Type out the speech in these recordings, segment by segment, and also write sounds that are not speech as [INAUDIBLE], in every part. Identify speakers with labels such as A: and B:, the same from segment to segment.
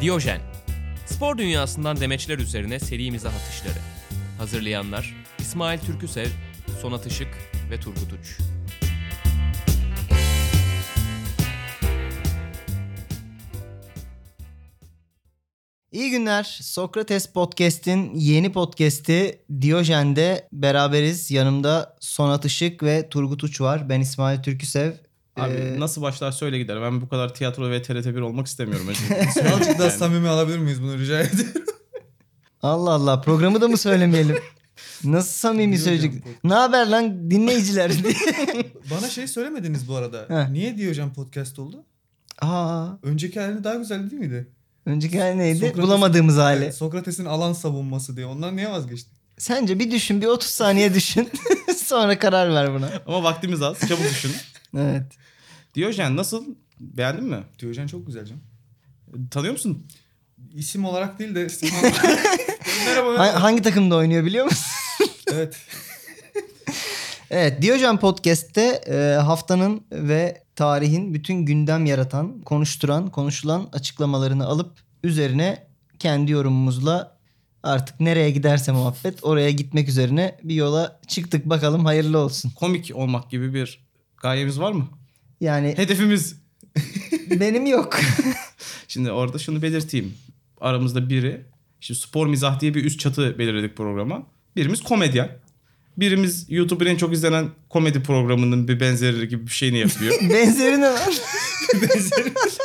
A: Diyojen. Spor dünyasından demeçler üzerine serimize atışları. Hazırlayanlar İsmail Türküsev, Sonat Işık ve Turgut Uç.
B: İyi günler. Sokrates Podcast'in yeni podcast'i Diyojen'de beraberiz. Yanımda Sonat Işık ve Turgut Uç var. Ben İsmail Türküsev.
C: Abi
B: Ee,
C: nasıl başlar söyle gider. Ben bu kadar tiyatro ve TRT1 olmak istemiyorum.
D: [LAUGHS] Birazcık daha
C: Yani.
D: samimi alabilir miyiz bunu rica ediyorum.
B: Allah Allah programı da mı söylemeyelim?
D: [LAUGHS]
B: Nasıl samimi
D: Diyojen
B: söyleyecek? Ne haber lan dinleyiciler [LAUGHS] diye.
D: [LAUGHS] Bana şey söylemediniz bu arada.
B: He.
D: Niye Diyojen podcast oldu?
B: Aa,
D: Önceki halini daha güzeldi değil miydi?
B: önceki hali neydi?
D: Sokrates-
B: Bulamadığımız hali.
D: Evet, Sokrates'in alan savunması diye. Ondan niye vazgeçtin?
B: Sence bir düşün bir 30 saniye
D: [LAUGHS]
B: düşün. Sonra karar ver buna.
C: Ama vaktimiz az. Çabuk düşün.
B: Evet.
C: Diyojen nasıl? Beğendin mi?
D: Diyojen çok güzel canım.
C: Tanıyor musun?
D: İsim olarak
C: [LAUGHS]
D: değil de... Merhaba.
B: Ha- hangi takımda oynuyor biliyor musun?
D: evet.
B: Evet, Diyojen Podcast'te e, haftanın ve tarihin bütün gündem yaratan, konuşturan, konuşulan açıklamalarını alıp üzerine kendi yorumumuzla artık nereye giderse muhabbet oraya gitmek üzerine bir yola çıktık bakalım hayırlı olsun.
C: Komik olmak gibi bir gayemiz var mı? [LAUGHS]
B: Yani
C: Hedefimiz.
B: benim yok. [LAUGHS]
C: Şimdi orada şunu belirteyim. Aramızda biri. Şimdi spor mizah diye bir üst çatı belirledik programa. Birimiz komedyen. Birimiz YouTube'un en çok izlenen komedi programının bir benzeri gibi bir şeyini yapıyor.
B: [LAUGHS] Benzeri ne var?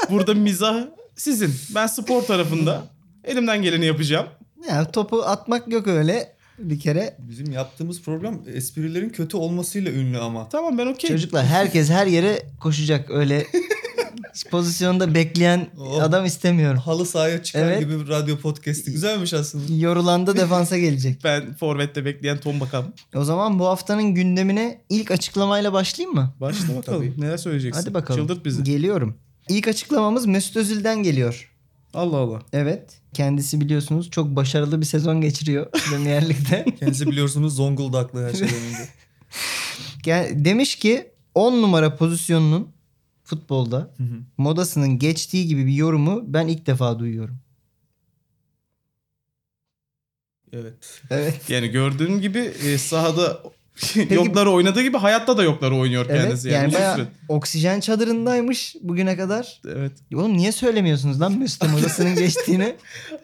C: Burada mizah sizin. Ben spor tarafında elimden geleni yapacağım.
B: Yani topu atmak yok öyle bir kere.
D: Bizim yaptığımız program esprilerin kötü olmasıyla ünlü ama.
C: Tamam ben okey.
B: Çocuklar herkes her yere koşacak öyle pozisyonda bekleyen
D: Oh.
B: adam istemiyorum.
D: Halı sahaya çıkar
B: Evet.
D: gibi bir radyo podcast'i. Güzelmiş aslında.
B: Yorulanda defansa gelecek.
C: Ben forvette bekleyen Tom Bakan.
B: O zaman bu haftanın gündemine ilk açıklamayla başlayayım mı?
C: Başla bakalım. Neler söyleyeceksin?
B: Hadi bakalım.
C: Çıldırt bizi.
B: Geliyorum. İlk açıklamamız Mesut Özil'den geliyor.
C: Allah Allah.
B: Evet. Kendisi biliyorsunuz çok başarılı bir sezon geçiriyor [LAUGHS] Premier Lig'de.
D: Kendisi biliyorsunuz Zonguldaklı her şeyden
C: [LAUGHS]
D: önce.
B: Gel- Demiş ki 10 numara pozisyonunun futbolda
D: Hı hı.
B: modasının geçtiği gibi bir yorumu ben ilk defa duyuyorum.
D: Evet.
B: Evet.
C: Yani gördüğün gibi e, sahada yokları oynadığı gibi hayatta da yokları oynuyor
B: Evet.
C: kendisi. [LAUGHS] Yani,
B: Yani
C: uzun
B: bayağı
C: süre.
B: oksijen çadırındaymış bugüne kadar.
C: Evet.
B: Oğlum niye söylemiyorsunuz lan Mesut'un
C: [LAUGHS]
B: modasının geçtiğini?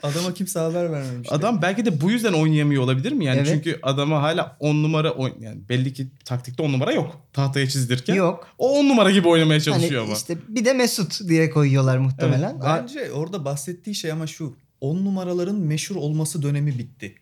D: Adama kimse haber vermemiş.
C: Adam belki de bu yüzden oynayamıyor olabilir mi? Yani
B: Evet.
C: çünkü adama hala 10 numara oyn- yani belli ki taktikte 10 numara yok. Tahtaya çizdirken.
B: Yok.
C: O 10 numara gibi oynamaya çalışıyor
B: Hani
C: ama.
B: işte bir de Mesut diye koyuyorlar muhtemelen. A-
D: Bence orada bahsettiği şey ama şu. 10 numaraların meşhur olması dönemi bitti.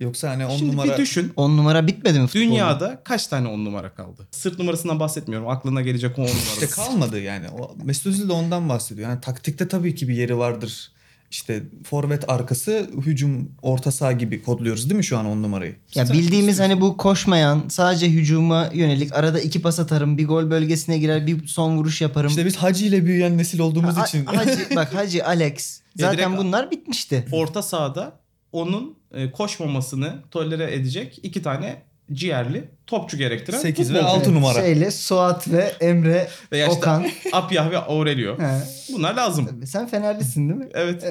D: Yoksa hani 10
C: Şimdi
D: numara...
C: bir düşün.
B: On numara bitmedi mi futbolda?
C: Dünyada kaç tane 10 numara kaldı? Sırt numarasından bahsetmiyorum. Aklına gelecek o 10
D: İşte
C: numara.
D: kalmadı yani. O Mesut Özil de ondan bahsediyor. Yani taktikte tabii ki bir yeri vardır. İşte forvet arkası hücum orta saha gibi kodluyoruz değil mi şu an 10 numarayı?
B: Ya bildiğimiz hani bu koşmayan sadece hücuma yönelik arada iki pas atarım bir gol bölgesine girer bir son vuruş yaparım.
D: İşte biz Hacı ile büyüyen nesil olduğumuz
B: Ha-
D: için.
B: Hacı, bak Hacı
D: [LAUGHS]
B: Alex
C: Ya
B: zaten
C: direkt-
B: bunlar bitmişti.
C: orta sahada onun e, koşmamasını tolere edecek iki tane ciğerli topçu gerektiren
D: 8 ve
C: futbolcu.
D: 6 numara.
B: Şeyle Suat ve Emre
C: Veya işte
B: Okan.
C: Apyah ve Aurelio.
B: He. E,
C: Bunlar lazım.
B: Sen Fenerlisin değil mi?
C: Evet.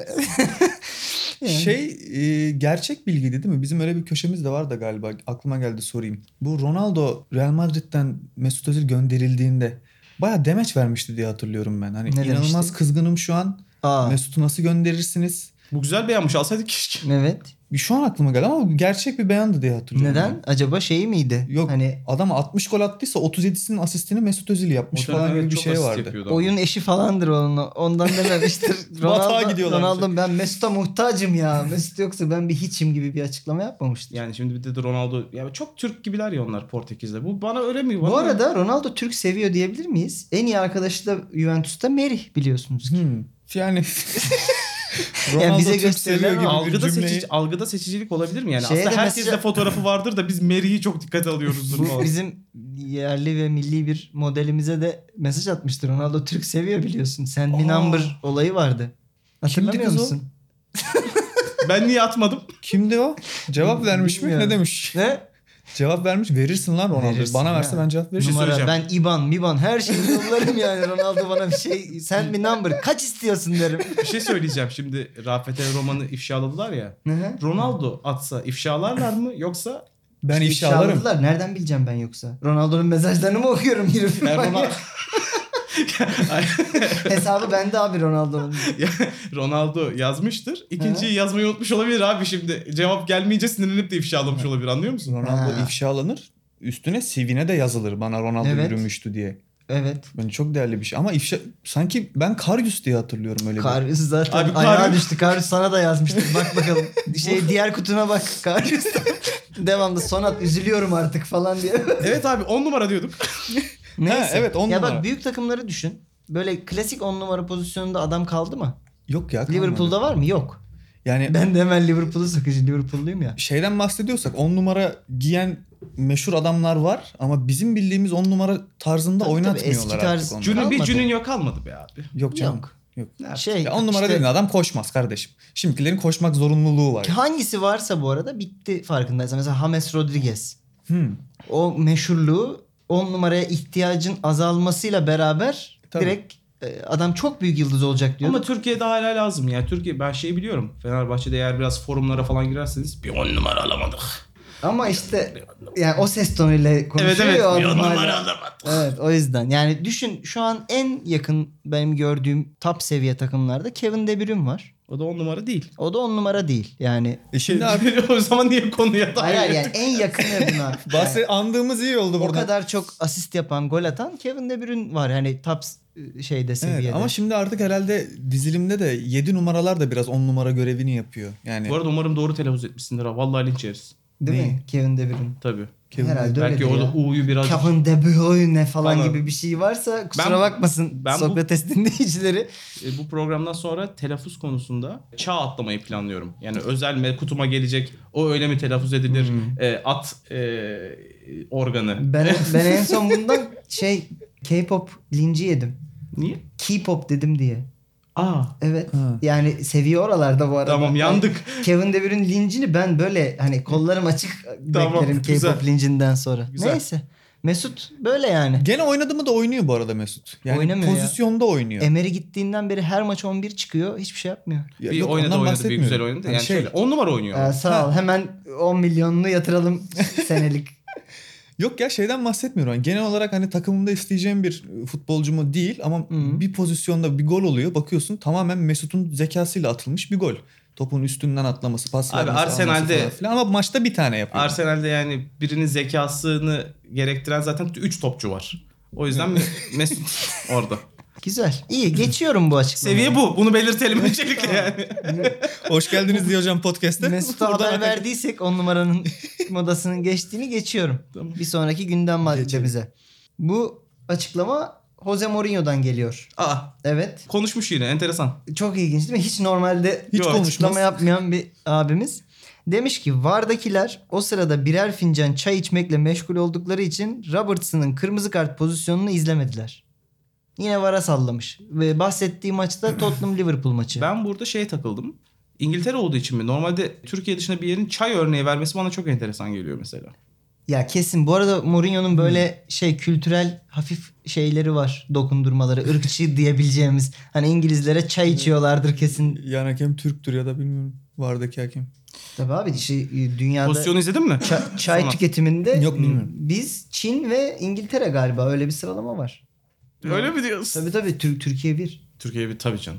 B: Yani.
D: Şey e, gerçek bilgiydi değil mi? Bizim öyle bir köşemiz de vardı galiba. Aklıma geldi sorayım. Bu Ronaldo Real Madrid'den Mesut Özil gönderildiğinde baya demeç vermişti diye hatırlıyorum ben. Hani
B: Ne
D: inanılmaz
B: demişti?
D: kızgınım şu an.
B: Aa,
D: Mesut'u nasıl gönderirsiniz?
C: Bu güzel beğenmiş. Alsaydık keşke.
B: evet.
D: Şu an aklıma geldi ama bu gerçek bir beyandı diye hatırlıyorum.
B: Neden? Acaba şey miydi?
D: ben. Hmm. Yok
B: Hani
D: adam 60 gol attıysa 37'sinin asistini Mesut Özil yapmış falan gibi bir şey vardı.
C: Oyun...
B: oyun eşi falandır onun. Ondan
D: [LAUGHS]
B: dememiştir.
D: Batağa
B: Ronaldo,
D: gidiyorlar
B: Ronaldo ben Mesut'a muhtacım ya. Mesut yoksa ben bir hiçim gibi bir açıklama yapmamıştır.
C: Yani şimdi bir de Ronaldo. Ya çok Türk gibiler ya onlar Portekiz'de. Bu bana öyle mi?
B: Bu
C: Bana-
B: arada Ronaldo Türk seviyor diyebilir miyiz? En iyi arkadaşı da Juventus'ta Merih biliyorsunuz ki.
D: Hmm. Yani [LAUGHS]
B: Yani bize
D: Türk
B: gösterilen
D: seviyor
B: o
D: gibi bir
C: Algıda,
D: cümleyi-
C: seçici, algıda seçicilik olabilir mi? Yani
B: Şeye de
C: aslında herkeste
B: mesela-
C: fotoğrafı vardır da biz Mary'i çok dikkate alıyoruzdur.
B: Bu
C: falan.
B: bizim yerli ve milli bir modelimize de mesaj atmıştır. Ronaldo Türk seviyor biliyorsun. Sen bir
D: Aa.
B: number olayı vardı. Hatırlamıyor
D: kız o?
B: musun?
C: Ben niye atmadım?
D: Kimdi o? Cevap vermiş mi?
B: Bilmiyorum.
D: Ne demiş?
B: Ne?
D: Cevap vermiş verirsin lan Ronaldo.
B: Verirsin
D: Bana
B: ya.
D: verse ben cevap veririm.
C: şey
B: Numara
C: söyleyeceğim.
B: ben IBAN, MIBAN her şeyi yollarım yani. Ronaldo bana bir şey sen bir number kaç istiyorsun derim.
C: Bir şey söyleyeceğim şimdi Rafet El Roman'ı ifşaladılar ya.
B: Hı hı.
C: Ronaldo atsa ifşalarlar mı yoksa
B: [LAUGHS]
D: Ben
B: İşte
D: ifşa alırım.
B: ifşaladılar. Nereden bileceğim ben yoksa? Ronaldo'nun mesajlarını mı okuyorum girip?
C: Ben Ronaldo... [LAUGHS]
B: Hesabı bende abi Ronaldo'nun.
C: Ronaldo yazmıştır. İkinciyi yazmayı unutmuş olabilir abi şimdi. Cevap gelmeyince sinirlenip de ifşalamış olabilir anlıyor musun?
D: Ronaldo
B: Ha.
D: ifşalanır. Üstüne CV'ne de yazılır bana Ronaldo
B: Evet.
D: yürümüştü diye.
B: Evet.
D: Bence çok değerli bir şey. Ama ifşa sanki ben Karyus diye hatırlıyorum öyle bir.
B: Karius zaten
C: Abi
B: ayağa
C: Karius-
B: düştü. Karius sana da yazmıştır. Bak
D: [LAUGHS]
B: bakalım. Şey diğer kutuna bak. Karius. [LAUGHS] Devamlı sonat üzülüyorum artık falan diye.
C: Evet abi 10 numara diyorduk.
B: [LAUGHS] Neyse.
D: evet, on
B: ya
D: numara.
B: bak büyük takımları düşün. Böyle klasik on numara pozisyonunda adam kaldı mı?
D: Yok ya. kalmadı.
B: Liverpool'da var mı? Yok.
D: Yani
B: Ben de hemen Liverpool'u sokucu. Liverpool'luyum
D: [LAUGHS]
B: ya.
D: şeyden bahsediyorsak 10 numara giyen meşhur adamlar var ama bizim bildiğimiz 10 numara tarzında
B: Tabii tabii,
D: oynatmıyorlar
B: eski
D: artık
B: tarz-
D: onları.
C: Cünün bir
B: Kalmadı.
C: Cünün yok kalmadı be abi.
D: Yok canım.
B: Yok.
D: Yok.
B: Şey,
D: Ya 10 numara
B: işte-
D: dediğin adam koşmaz kardeşim. Şimdikilerin koşmak zorunluluğu var.
B: Hangisi varsa bu arada bitti farkındaysan. Mesela James Rodriguez.
D: Hmm.
B: O meşhurluğu 10 numaraya ihtiyacın azalmasıyla beraber
D: Tabii.
B: direkt e, adam çok büyük yıldız olacak diyor.
C: Ama Türkiye'de hala lazım ya. Türkiye ben şey biliyorum. Fenerbahçe'de eğer biraz forumlara falan girerseniz bir 10 numara alamadık.
B: Ama işte yani o ses tonuyla konuşuyor
C: Evet evet
B: ya
C: bir 10
B: adam hala.
C: numara alamadık.
B: Evet o yüzden. Yani düşün şu an en yakın benim gördüğüm top seviye takımlarda Kevin De Bruyne var.
C: O da 10 numara değil.
B: O da on numara değil. Yani
D: E şimdi abi
C: [LAUGHS] o zaman niye konuya
B: hayır hayır,
C: dahil
B: yani en
C: [LAUGHS]
B: yakın buna.
D: bahse andığımız iyi oldu
B: o
D: burada.
B: kadar çok asist yapan, gol atan Kevin De Bruyne var. Hani top s- şeyde seviyede.
D: Evet, ama şimdi artık herhalde dizilimde de 7 numaralar da biraz 10 numara görevini yapıyor. Yani
C: Bu arada umarım doğru telaffuz etmişsindir ha. Vallahi linç yeriz.
B: Değil mi?
D: Neyi?
B: Kevin De Bruyne.
C: Tabii.
D: Kevin
B: Herhalde
D: De-
B: öyledir
C: Belki orada
B: ya.
C: U'yu biraz...
B: Kevin De Bruyne falan
C: Anladım.
B: gibi bir şey varsa kusura
C: Ben-
B: bakmasın
C: ben bu-
B: Sokrates
C: [LAUGHS]
B: dinleyicileri.
C: E, bu programdan sonra telaffuz konusunda çağ atlamayı planlıyorum. Yani özel me- kutuma gelecek o öyle mi telaffuz edilir
D: Hmm.
C: e, at e, organı.
B: Ben, ben en son bundan şey K-pop linci yedim.
C: Niye?
B: K-pop dedim diye.
C: Aa
B: Evet.
D: Ha.
B: Yani seviyor oralarda bu arada.
C: tamam yandık.
B: Ben- Kevin De Bruyne lincini ben böyle hani kollarım açık
C: Tamam,
B: beklerim
C: güzel.
B: K-pop lincinden sonra.
C: Güzel.
B: Neyse. Mesut böyle yani.
D: Gene oynadı mı da oynuyor bu arada Mesut. Yani
B: Oynamıyor ya.
D: pozisyonda oynuyor.
B: Emery gittiğinden beri her maç 11 çıkıyor. Hiçbir şey yapmıyor.
D: Ya
C: bir
D: yok,
C: oynadı
D: ondan
C: oynadı bir
D: bahsetmiyorum.
C: güzel oynadı.
D: Hani
C: Yani
D: şey,
C: şöyle 10 numara oynuyor.
B: Ee, sağ ol. Hemen 10 milyonunu
C: [LAUGHS]
B: yatıralım senelik.
D: Yok ya şeyden bahsetmiyorum. Yani genel olarak hani takımımda isteyeceğim bir e, futbolcu mu değil ama
B: Hı.
D: bir pozisyonda bir gol oluyor. Bakıyorsun tamamen Mesut'un zekasıyla atılmış bir gol. Topun üstünden atlaması, pas
C: Abi
D: vermesi, alması
C: Arsenal'de-
D: falan filan. Ama maçta bir tane yapıyor.
C: Arsenal'de yani birinin zekasını gerektiren zaten 3 topçu var. O yüzden Me- [LAUGHS] Mesut
D: [LAUGHS]
C: orada.
B: Güzel. İyi geçiyorum bu açıklamayı.
C: Seviye bu. Bunu
D: [LAUGHS]
C: belirtelim öncelikle yani.
D: Hoş geldiniz diye hocam [LAUGHS] podcast'te.
B: Mesut'a
D: Buradan
B: haber verdiysek on
D: [LAUGHS]
B: numaranın modasının geçtiğini geçiyorum.
C: Tamam.
B: Bir sonraki gündem maddemize. Bu açıklama Jose Mourinho'dan geliyor.
C: Aa
B: Evet.
C: konuşmuş yine enteresan.
B: Çok ilginç değil mi? Hiç normalde
D: Hiç
B: hiç
D: konuşmaz.
B: açıklama yapmayan bir abimiz. Demiş ki vardakiler o sırada birer fincan çay içmekle meşgul oldukları için Robertson'ın kırmızı kart pozisyonunu izlemediler. Yine vara sallamış. Ve bahsettiği maçta Tottenham Liverpool maçı.
C: Ben burada şeye takıldım. İngiltere olduğu için mi? Normalde Türkiye dışında bir yerin çay örneği vermesi bana çok enteresan geliyor mesela.
B: Ya kesin. Bu arada Mourinho'nun böyle şey kültürel hafif şeyleri var. Dokundurmaları. ırkçı [LAUGHS] diyebileceğimiz. Hani İngilizlere çay içiyorlardır kesin.
D: Yan hakem Türktür ya da bilmiyorum. Vardaki hakem.
B: Tabii abi işte dünyada
C: Pozisyonu izledin mi?
B: ça- çay
C: Tamam.
B: tüketiminde
D: Yok, bilmiyorum.
B: biz Çin ve İngiltere galiba öyle bir sıralama var.
C: [LAUGHS] Öyle mi diyorsun?
B: Tabii tabii Tür- Türkiye bir.
C: Türkiye bir tabii canım.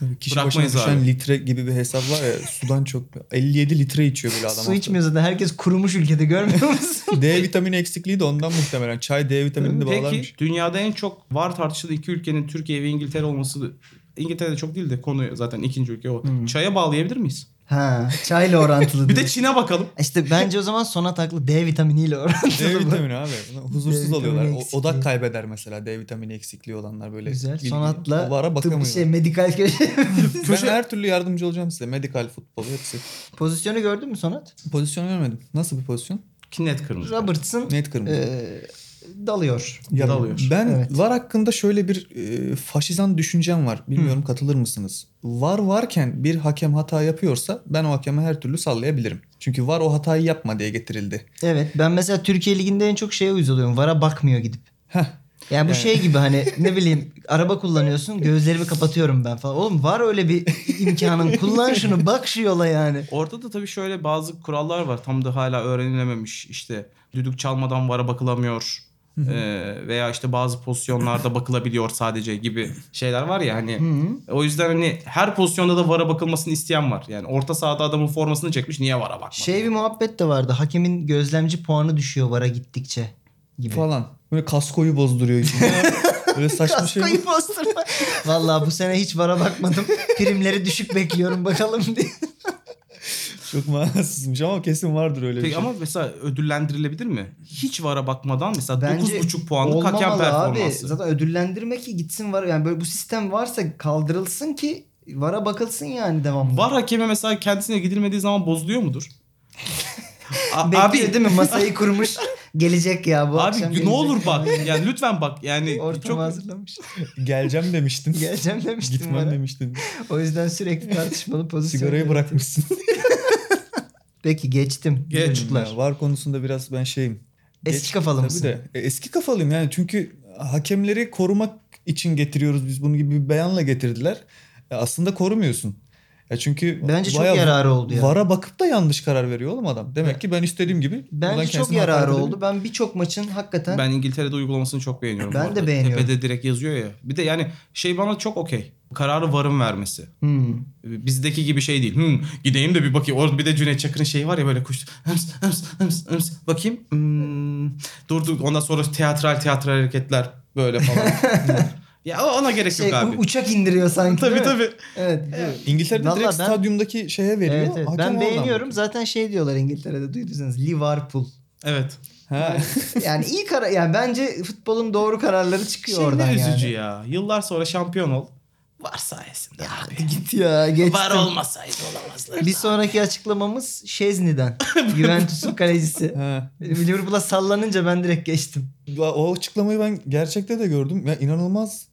D: Tabii kişi
C: Bırakmayız
D: başına düşen
C: abi.
D: litre gibi bir hesap var ya sudan çok. 57 litre içiyor böyle adam.
B: Su
D: haftada.
B: içmiyor zaten. Herkes kurumuş ülkede [LAUGHS] görmüyor musun?
D: D vitamini eksikliği de ondan muhtemelen. Çay D vitaminini bağlarmış.
C: Peki dünyada en çok var tartışılan iki ülkenin Türkiye ve İngiltere olması İngiltere'de çok değil de konu zaten ikinci ülke o.
B: Hmm.
C: Çaya bağlayabilir miyiz?
B: ha, çayla orantılı. [LAUGHS]
C: Bir de
B: diyor.
C: Çin'e bakalım.
B: işte bence o zaman sona taklı D vitaminiyle [LAUGHS] orantılı.
D: D
B: bu.
D: vitamini abi. Buna
B: D
D: Huzursuz
B: vitamini
D: oluyorlar. O-
B: eksikliği.
D: odak kaybeder mesela D vitamini eksikliği olanlar böyle.
B: Güzel.
D: ilgi-
B: Sonatla
D: O vara
B: tıp,
D: bakamıyor.
B: şey, medikal köşe. [LAUGHS]
D: ben her türlü yardımcı olacağım size. Medikal futbolu hepsi.
B: Pozisyonu gördün mü Sonat?
D: Pozisyonu görmedim. Nasıl bir pozisyon?
C: Ki net kırmızı.
B: Robertson
D: Net kırmızı.
B: e, dalıyor.
D: Ya
C: Dalıyor.
D: Ben
B: Evet.
D: var hakkında şöyle bir e, faşizan düşüncem var. Bilmiyorum katılır mısınız? Var varken bir hakem hata yapıyorsa ben o hakeme her türlü sallayabilirim. Çünkü var o hatayı yapma diye getirildi.
B: Evet ben mesela Türkiye Ligi'nde en çok şeye uyuz oluyorum. VAR'a bakmıyor gidip.
D: Heh.
B: Yani bu
D: Evet.
B: şey gibi
D: [LAUGHS]
B: hani ne bileyim araba kullanıyorsun gözlerimi kapatıyorum ben falan. Oğlum var öyle bir imkanın. Kullan şunu bak şu yola yani.
C: Orada da tabii şöyle bazı kurallar var. Tam da hala öğrenilememiş. İşte düdük çalmadan vara bakılamıyor. Ee, veya işte bazı pozisyonlarda bakılabiliyor sadece gibi şeyler var ya hani. O yüzden hani her pozisyonda da vara bakılmasını isteyen var. Yani orta sahada adamın formasını çekmiş niye vara bakmadı?
B: Şey bir muhabbet de vardı. Hakemin gözlemci puanı düşüyor VAR'a gittikçe gibi.
D: Falan. Böyle kaskoyu bozduruyor. işte. Böyle saçma şey.
B: Kaskayı
D: [LAUGHS]
B: bastırma. Valla bu sene hiç VAR'a bakmadım. Primleri düşük bekliyorum bakalım diye.
D: Çok manasızmış ama kesin vardır öyle bir
C: Peki
D: şey.
C: ama mesela ödüllendirilebilir mi? Hiç vara bakmadan mesela
B: Bence
C: 9.5 puanlık hakem
B: Olmamalı
C: performansı.
B: Abi. Zaten ödüllendirme ki gitsin VAR. Yani böyle bu sistem varsa kaldırılsın ki VAR'a bakılsın yani devamlı.
C: Var hakeme mesela kendisine gidilmediği zaman bozuluyor
B: [LAUGHS]
C: mudur? A-
B: Bekliyor değil mi? Masayı
C: [LAUGHS]
B: kurmuş. Gelecek ya bu akşam.
C: Abi ne
B: gelecek.
C: olur bak. Yani lütfen bak.
B: [LAUGHS]
C: Yani
B: Ortamı
C: çok
B: hazırlamış.
D: Geleceğim demiştin.
B: [LAUGHS] Geleceğim demiştim
D: Gitmem
B: bana.
D: demiştin.
B: O yüzden sürekli
C: [LAUGHS]
B: tartışmalı pozisyon.
D: Sigarayı bırakmışsın.
B: Peki geçtim.
C: Geç.
B: Çocuklar.
D: [LAUGHS] Ya var konusunda biraz ben şeyim.
B: Eski
D: Geç-
B: kafalı
D: Tabii
B: mısın?
D: de. E, Eski kafalıyım yani çünkü hakemleri korumak için getiriyoruz biz bunu gibi bir beyanla getirdiler. E, Aslında korumuyorsun. Ya çünkü
B: Bence çok
D: bayağı
B: yararı oldu ya.
D: Vara bakıp da yanlış karar veriyor oğlum adam. Demek ki ben istediğim gibi. buradan
B: Bence çok
D: kendisine hakaret
B: yararı
D: edebilirim.
B: oldu. Ben birçok maçın hakikaten
C: Ben İngiltere'de uygulamasını çok beğeniyorum.
B: Ben
C: bu arada.
B: de beğeniyorum.
C: Tepede direkt yazıyor ya. Bir de yani şey bana çok okey. Kararı varın vermesi.
B: Hmm.
C: Bizdeki gibi şey değil. Hmm, gideyim de bir bakayım. Orada bir de Cüneyt Çakır'ın şeyi var ya böyle kuş. Hıms, hıms, hıms, hıms. Bakayım. Hmm. Dur dur. Ondan sonra teatral teatral hareketler
B: [LAUGHS]
C: böyle falan. ya ona gerek
B: Şey,
C: yok abi.
B: u- uçak indiriyor sanki.
C: [LAUGHS] tabii
B: değil mi?
C: tabii.
B: Evet. evet.
D: İngiltere'de
B: Vallahi
D: direkt
B: ben-
D: stadyumdaki şeye veriyor.
B: Evet, evet.
D: hakem
B: Ben
D: oradan
B: beğeniyorum.
D: bakıyor.
B: Zaten şey diyorlar İngiltere'de duyduysanız Liverpool.
C: Evet.
D: Ha.
B: Yani iyi karar yani bence futbolun doğru kararları çıkıyor
C: Şey
B: oradan
C: ne
B: yani.
C: üzücü ya. Yıllar sonra şampiyon ol. Var sayesinde
B: [LAUGHS]
C: abi.
B: Git ya geçtim.
C: Var olmasaydı olamazlar.
B: Bir sonraki açıklamamız Şezni'den. Juventus'un
D: [LAUGHS]
B: kalecisi.
D: ha.
B: Liverpool'a sallanınca ben direkt geçtim.
D: Ya O açıklamayı ben gerçekte de gördüm. Ya inanılmaz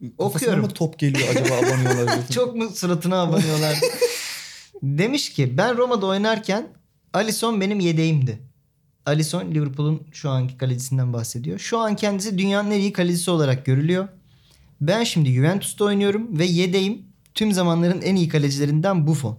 D: Kafasına
B: Okuyorum.
D: mı top geliyor acaba abanıyorlar
B: [LAUGHS]
D: diyorsun.
B: Çok mu suratına
C: [LAUGHS]
B: abanıyorlar? Demiş ki ben Roma'da oynarken Alisson benim yedeğimdi. Alisson Liverpool'un şu anki kalecisinden bahsediyor. Şu an kendisi dünyanın en iyi kalecisi olarak görülüyor. Ben şimdi Juventus'ta oynuyorum ve yedeğim tüm zamanların en iyi kalecilerinden Buffon.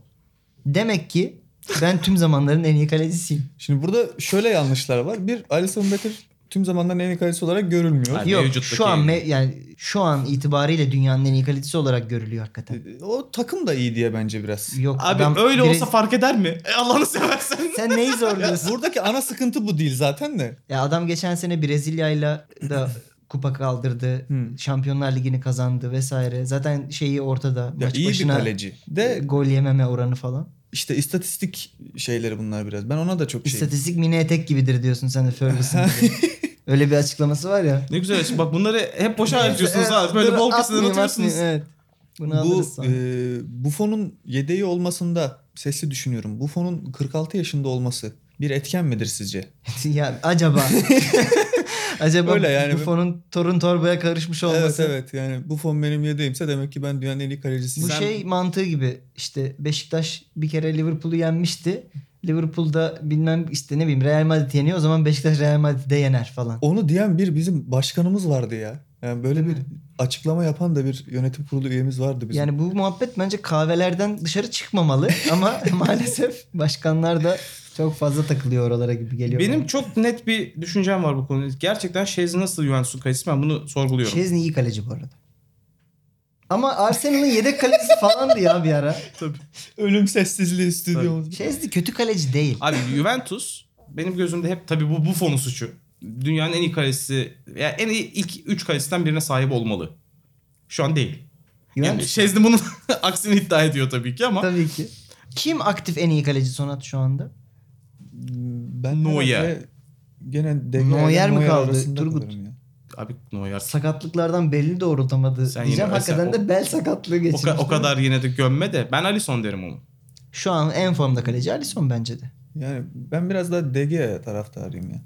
B: Demek ki ben tüm zamanların en iyi kalecisiyim.
D: Şimdi burada şöyle yanlışlar var. Bir Alisson Becker tüm zamanların en iyi kalecisi olarak görülmüyor.
C: Hayır. Yani
B: Yok
C: mevcuttaki-
B: şu an me- yani şu an itibariyle dünyanın en iyi kalecisi olarak görülüyor hakikaten.
D: E, O takım da iyi diye bence biraz.
B: Yok
C: Abi
B: adam
C: öyle
B: Brez-
C: olsa fark eder mi? E,
B: [LAUGHS]
C: Allah'ını seversen.
B: sen neyi
D: Ya
B: zorluyorsun?
D: buradaki ana sıkıntı bu değil zaten de.
B: Ya adam geçen sene Brezilya'yla
D: [LAUGHS]
B: da kupa kaldırdı.
D: Hmm.
B: Şampiyonlar Ligi'ni kazandı vesaire. Zaten şeyi ortada.
D: Ya
B: maç
D: iyi bir
B: başına e,
D: kaleci. De
B: gol yememe oranı falan.
D: işte istatistik şeyleri bunlar biraz. Ben ona da çok şey.
B: İstatistik mini etek gibidir diyorsun sen de Ferguson
D: [LAUGHS]
B: gibi. Öyle bir açıklaması var ya.
C: Ne güzel açık. Bak bunları hep boşa harcıyorsunuz
B: Evet,
C: ha. Böyle
B: dur,
C: bol kısımdan
B: atmayayım,
C: atıyorsunuz.
B: atmayayım, Evet. Bunu
D: Bu
B: alırız sonra.
D: e, Buffon'un yedeği olmasında sesli düşünüyorum. Buffon'un 46 yaşında olması bir etken midir sizce?
B: [LAUGHS] ya
D: [LAUGHS]
B: acaba. acaba
D: Öyle yani.
B: Buffon'un torun torbaya karışmış
D: Evet
B: olması.
D: evet yani Buffon benim yedeğimse demek ki ben dünyanın en iyi kalecisi.
B: Bu şey mantığı gibi işte Beşiktaş bir kere Liverpool'u yenmişti. Liverpool'da bilmem işte ne bileyim Real Madrid yeniyor o zaman Beşiktaş Real Madrid'i de yener falan.
D: Onu diyen bir bizim başkanımız vardı ya. Yani böyle
B: Değil
D: bir
B: mi?
D: açıklama yapan da bir yönetim kurulu üyemiz vardı bizim.
B: Yani bu muhabbet bence kahvelerden dışarı
C: [LAUGHS]
B: çıkmamalı ama [LAUGHS] maalesef başkanlar da çok fazla takılıyor oralara gibi geliyor.
C: Benim çok net bir düşüncem var bu konuda. Gerçekten Şezli nasıl Juventus'un kayısı ben bunu sorguluyorum.
B: Şezni iyi kaleci bu arada. Ama Arsenal'ın yedek kalecisi falandı ya bir
C: [LAUGHS]
B: ara.
D: ölüm sessizliği stüdyomuz.
B: Şezni kötü kaleci değil.
C: Abi Juventus benim gözümde hep tabii bu Buffon'un suçu. Dünyanın en iyi kalecisi yani en iyi ilk 3 kalecisinden birine sahip olmalı. Şu an değil. Yani
B: Juventus
C: Şezli bunun [LAUGHS] aksini iddia ediyor tabii ki ama
B: tabii ki. Kim aktif en iyi kaleci Sonat şu anda?
D: Ben
C: Neuer.
D: herhalde Gene De Gea ile
B: Neuer mi
D: Neuer
B: kaldı?
D: arasında
B: Turgut.
D: kalırım ya.
C: abi Neuer
B: sakatlıklardan belli doğrultamadı
C: Sen
B: diyeceğim.
C: yine- sen-
B: Hakikaten de bel sakatlığı
C: o,
B: geçirmiş.
C: ka- o kadar yine de gömme de ben Alisson derim onu.
B: Şu an en formda kaleci Alisson bence de.
D: Yani ben biraz daha DG taraftarıyım ya.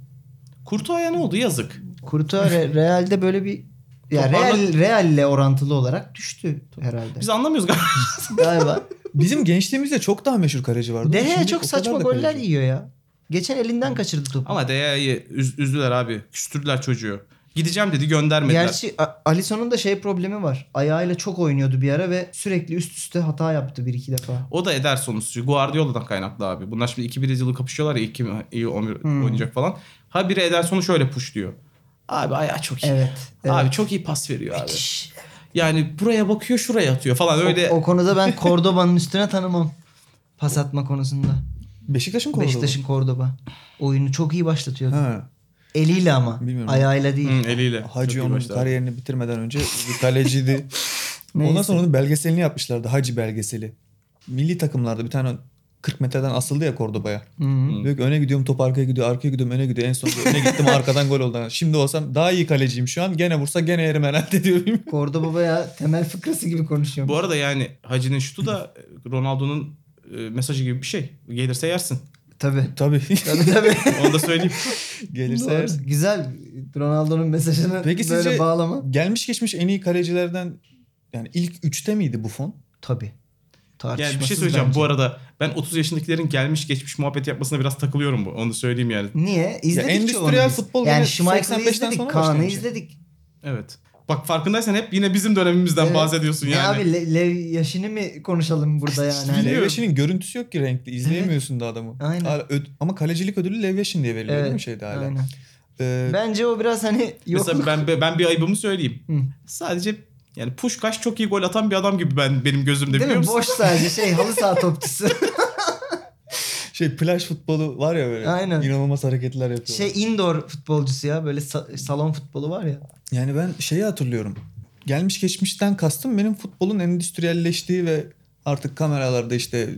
C: Kurtuaya ne oldu? Yazık.
B: Kurtuğa
C: [LAUGHS]
B: Re- Real'de böyle bir ya
C: Toparlan-
B: Real, Real'le orantılı olarak düştü herhalde.
C: Biz anlamıyoruz galiba. [LAUGHS]
B: Galiba.
D: Bizim gençliğimizde çok daha meşhur kaleci vardı.
B: Dehe
D: Şimdi o
B: çok
D: kadar
B: saçma
D: da
B: goller
D: kaleci yok.
B: yiyor ya. Geçen elinden kaçırdı topu.
C: Ama Deya'yı üz- üzdüler abi. Küstürdüler çocuğu. Gideceğim dedi göndermediler.
B: Gerçi A- Alisson'un da şey problemi var. Ayağıyla çok oynuyordu bir ara ve sürekli üst üste hata yaptı bir iki defa.
C: O da Ederson'un suçu. Guardiola'dan kaynaklı abi. Bunlar şimdi 2-1 yılı kapışıyorlar ya. ilk Kim iyi 11
B: Hmm.
C: oynayacak falan. Ha biri Ederson'u şöyle pushluyor. Abi ayağı çok iyi.
B: Evet. evet.
C: Abi çok iyi pas veriyor abi.
B: Şş,
C: Yani buraya bakıyor şuraya atıyor falan öyle.
B: O, o konuda ben Cordoba'nın üstüne tanımam. Pas atma konusunda.
D: Beşiktaş'ın kovalı.
B: Beşiktaş'ın Cordoba. Oyunu çok iyi başlatıyordu.
D: Ha.
B: Eliyle ama.
D: Bilmiyorum.
B: Ayağıyla değil.
C: Hı, eliyle. Çok iyi
D: Hacı onun
C: başladı.
D: kariyerini bitirmeden önce bir
B: [LAUGHS]
D: kaleciydi. Ondan
B: Neyse.
D: sonra onun belgeselini yapmışlardı. Hacı belgeseli. Milli takımlarda bir tane 40 metreden asıldı ya Cordoba'ya.
C: Hmm.
B: Hı.
D: Diyor ki öne gidiyorum top arkaya gidiyor, arkaya gidiyorum öne gidiyor. En son diyor, öne gittim arkadan gol oldu. Şimdi olsam daha iyi kaleciyim şu an. Gene vursa gene yerim herhalde [LAUGHS] diyor.
B: Cordoba bayağı temel fıkrası gibi konuşuyor.
C: Bu arada yani Hacı'nın şutu da Ronaldo'nun e, mesajı gibi bir şey. Gelirse yersin.
B: Tabii.
D: [LAUGHS] Tabii.
B: Tabii tabii.
C: Onu
B: [LAUGHS]
C: da söyleyeyim.
D: Gelirse
B: Doğru.
D: eğer-
B: Güzel. Ronaldo'nun mesajını
D: Peki
B: böyle
D: sizce-
B: bağlama.
D: Gelmiş geçmiş en iyi kalecilerden yani ilk üçte miydi Buffon?
B: Tabii.
C: Yani bir
B: Tartışmasız
C: şey söyleyeceğim
B: bence.
C: bu arada. Ben 30 yaşındakilerin gelmiş geçmiş muhabbet yapmasına biraz takılıyorum bu. Onu da söyleyeyim yani.
B: Niye? İzledik ki
D: endüstriyel
B: onu biz.
D: futbol
B: yani
D: yine
B: Schmeichel'ı
D: 85'ten
B: izledik,
D: sonra
B: Kaan'ı
D: başlamış.
B: izledik.
C: Evet. Bak farkındaysan hep yine bizim dönemimizden
B: Evet.
C: bahsediyorsun
B: Ne
C: yani.
B: abi Le- Lev Yaşin'i mi konuşalım burada yani? Hani-
C: Biliyorum.
D: Levyaşin'in görüntüsü yok ki renkli. izleyemiyorsun da adamı.
B: Aynen.
D: Hala öd- Ama kalecilik ödülü Levyaşin diye veriliyor değil mi
B: Evet,
D: şeyde hala?
B: Aynen.
D: Ee,
B: Bence o biraz hani yok.
C: Mesela ben ben bir ayıbımı söyleyeyim.
B: Hı.
C: Sadece yani Puşkaş çok iyi gol atan bir adam gibi ben benim gözümde
B: Değil
C: biliyor
B: mi?
C: musun?
B: Boş sadece şey halı
C: [LAUGHS]
B: saha topçusu.
D: Şey plaj futbolu var ya böyle.
B: Aynen.
D: İnanılmaz hareketler yapıyor.
B: şey indoor futbolcusu ya böyle sa- salon futbolu var ya.
D: Yani ben şeyi hatırlıyorum. Gelmiş geçmişten kastım benim futbolun endüstriyelleştiği ve artık kameralarda işte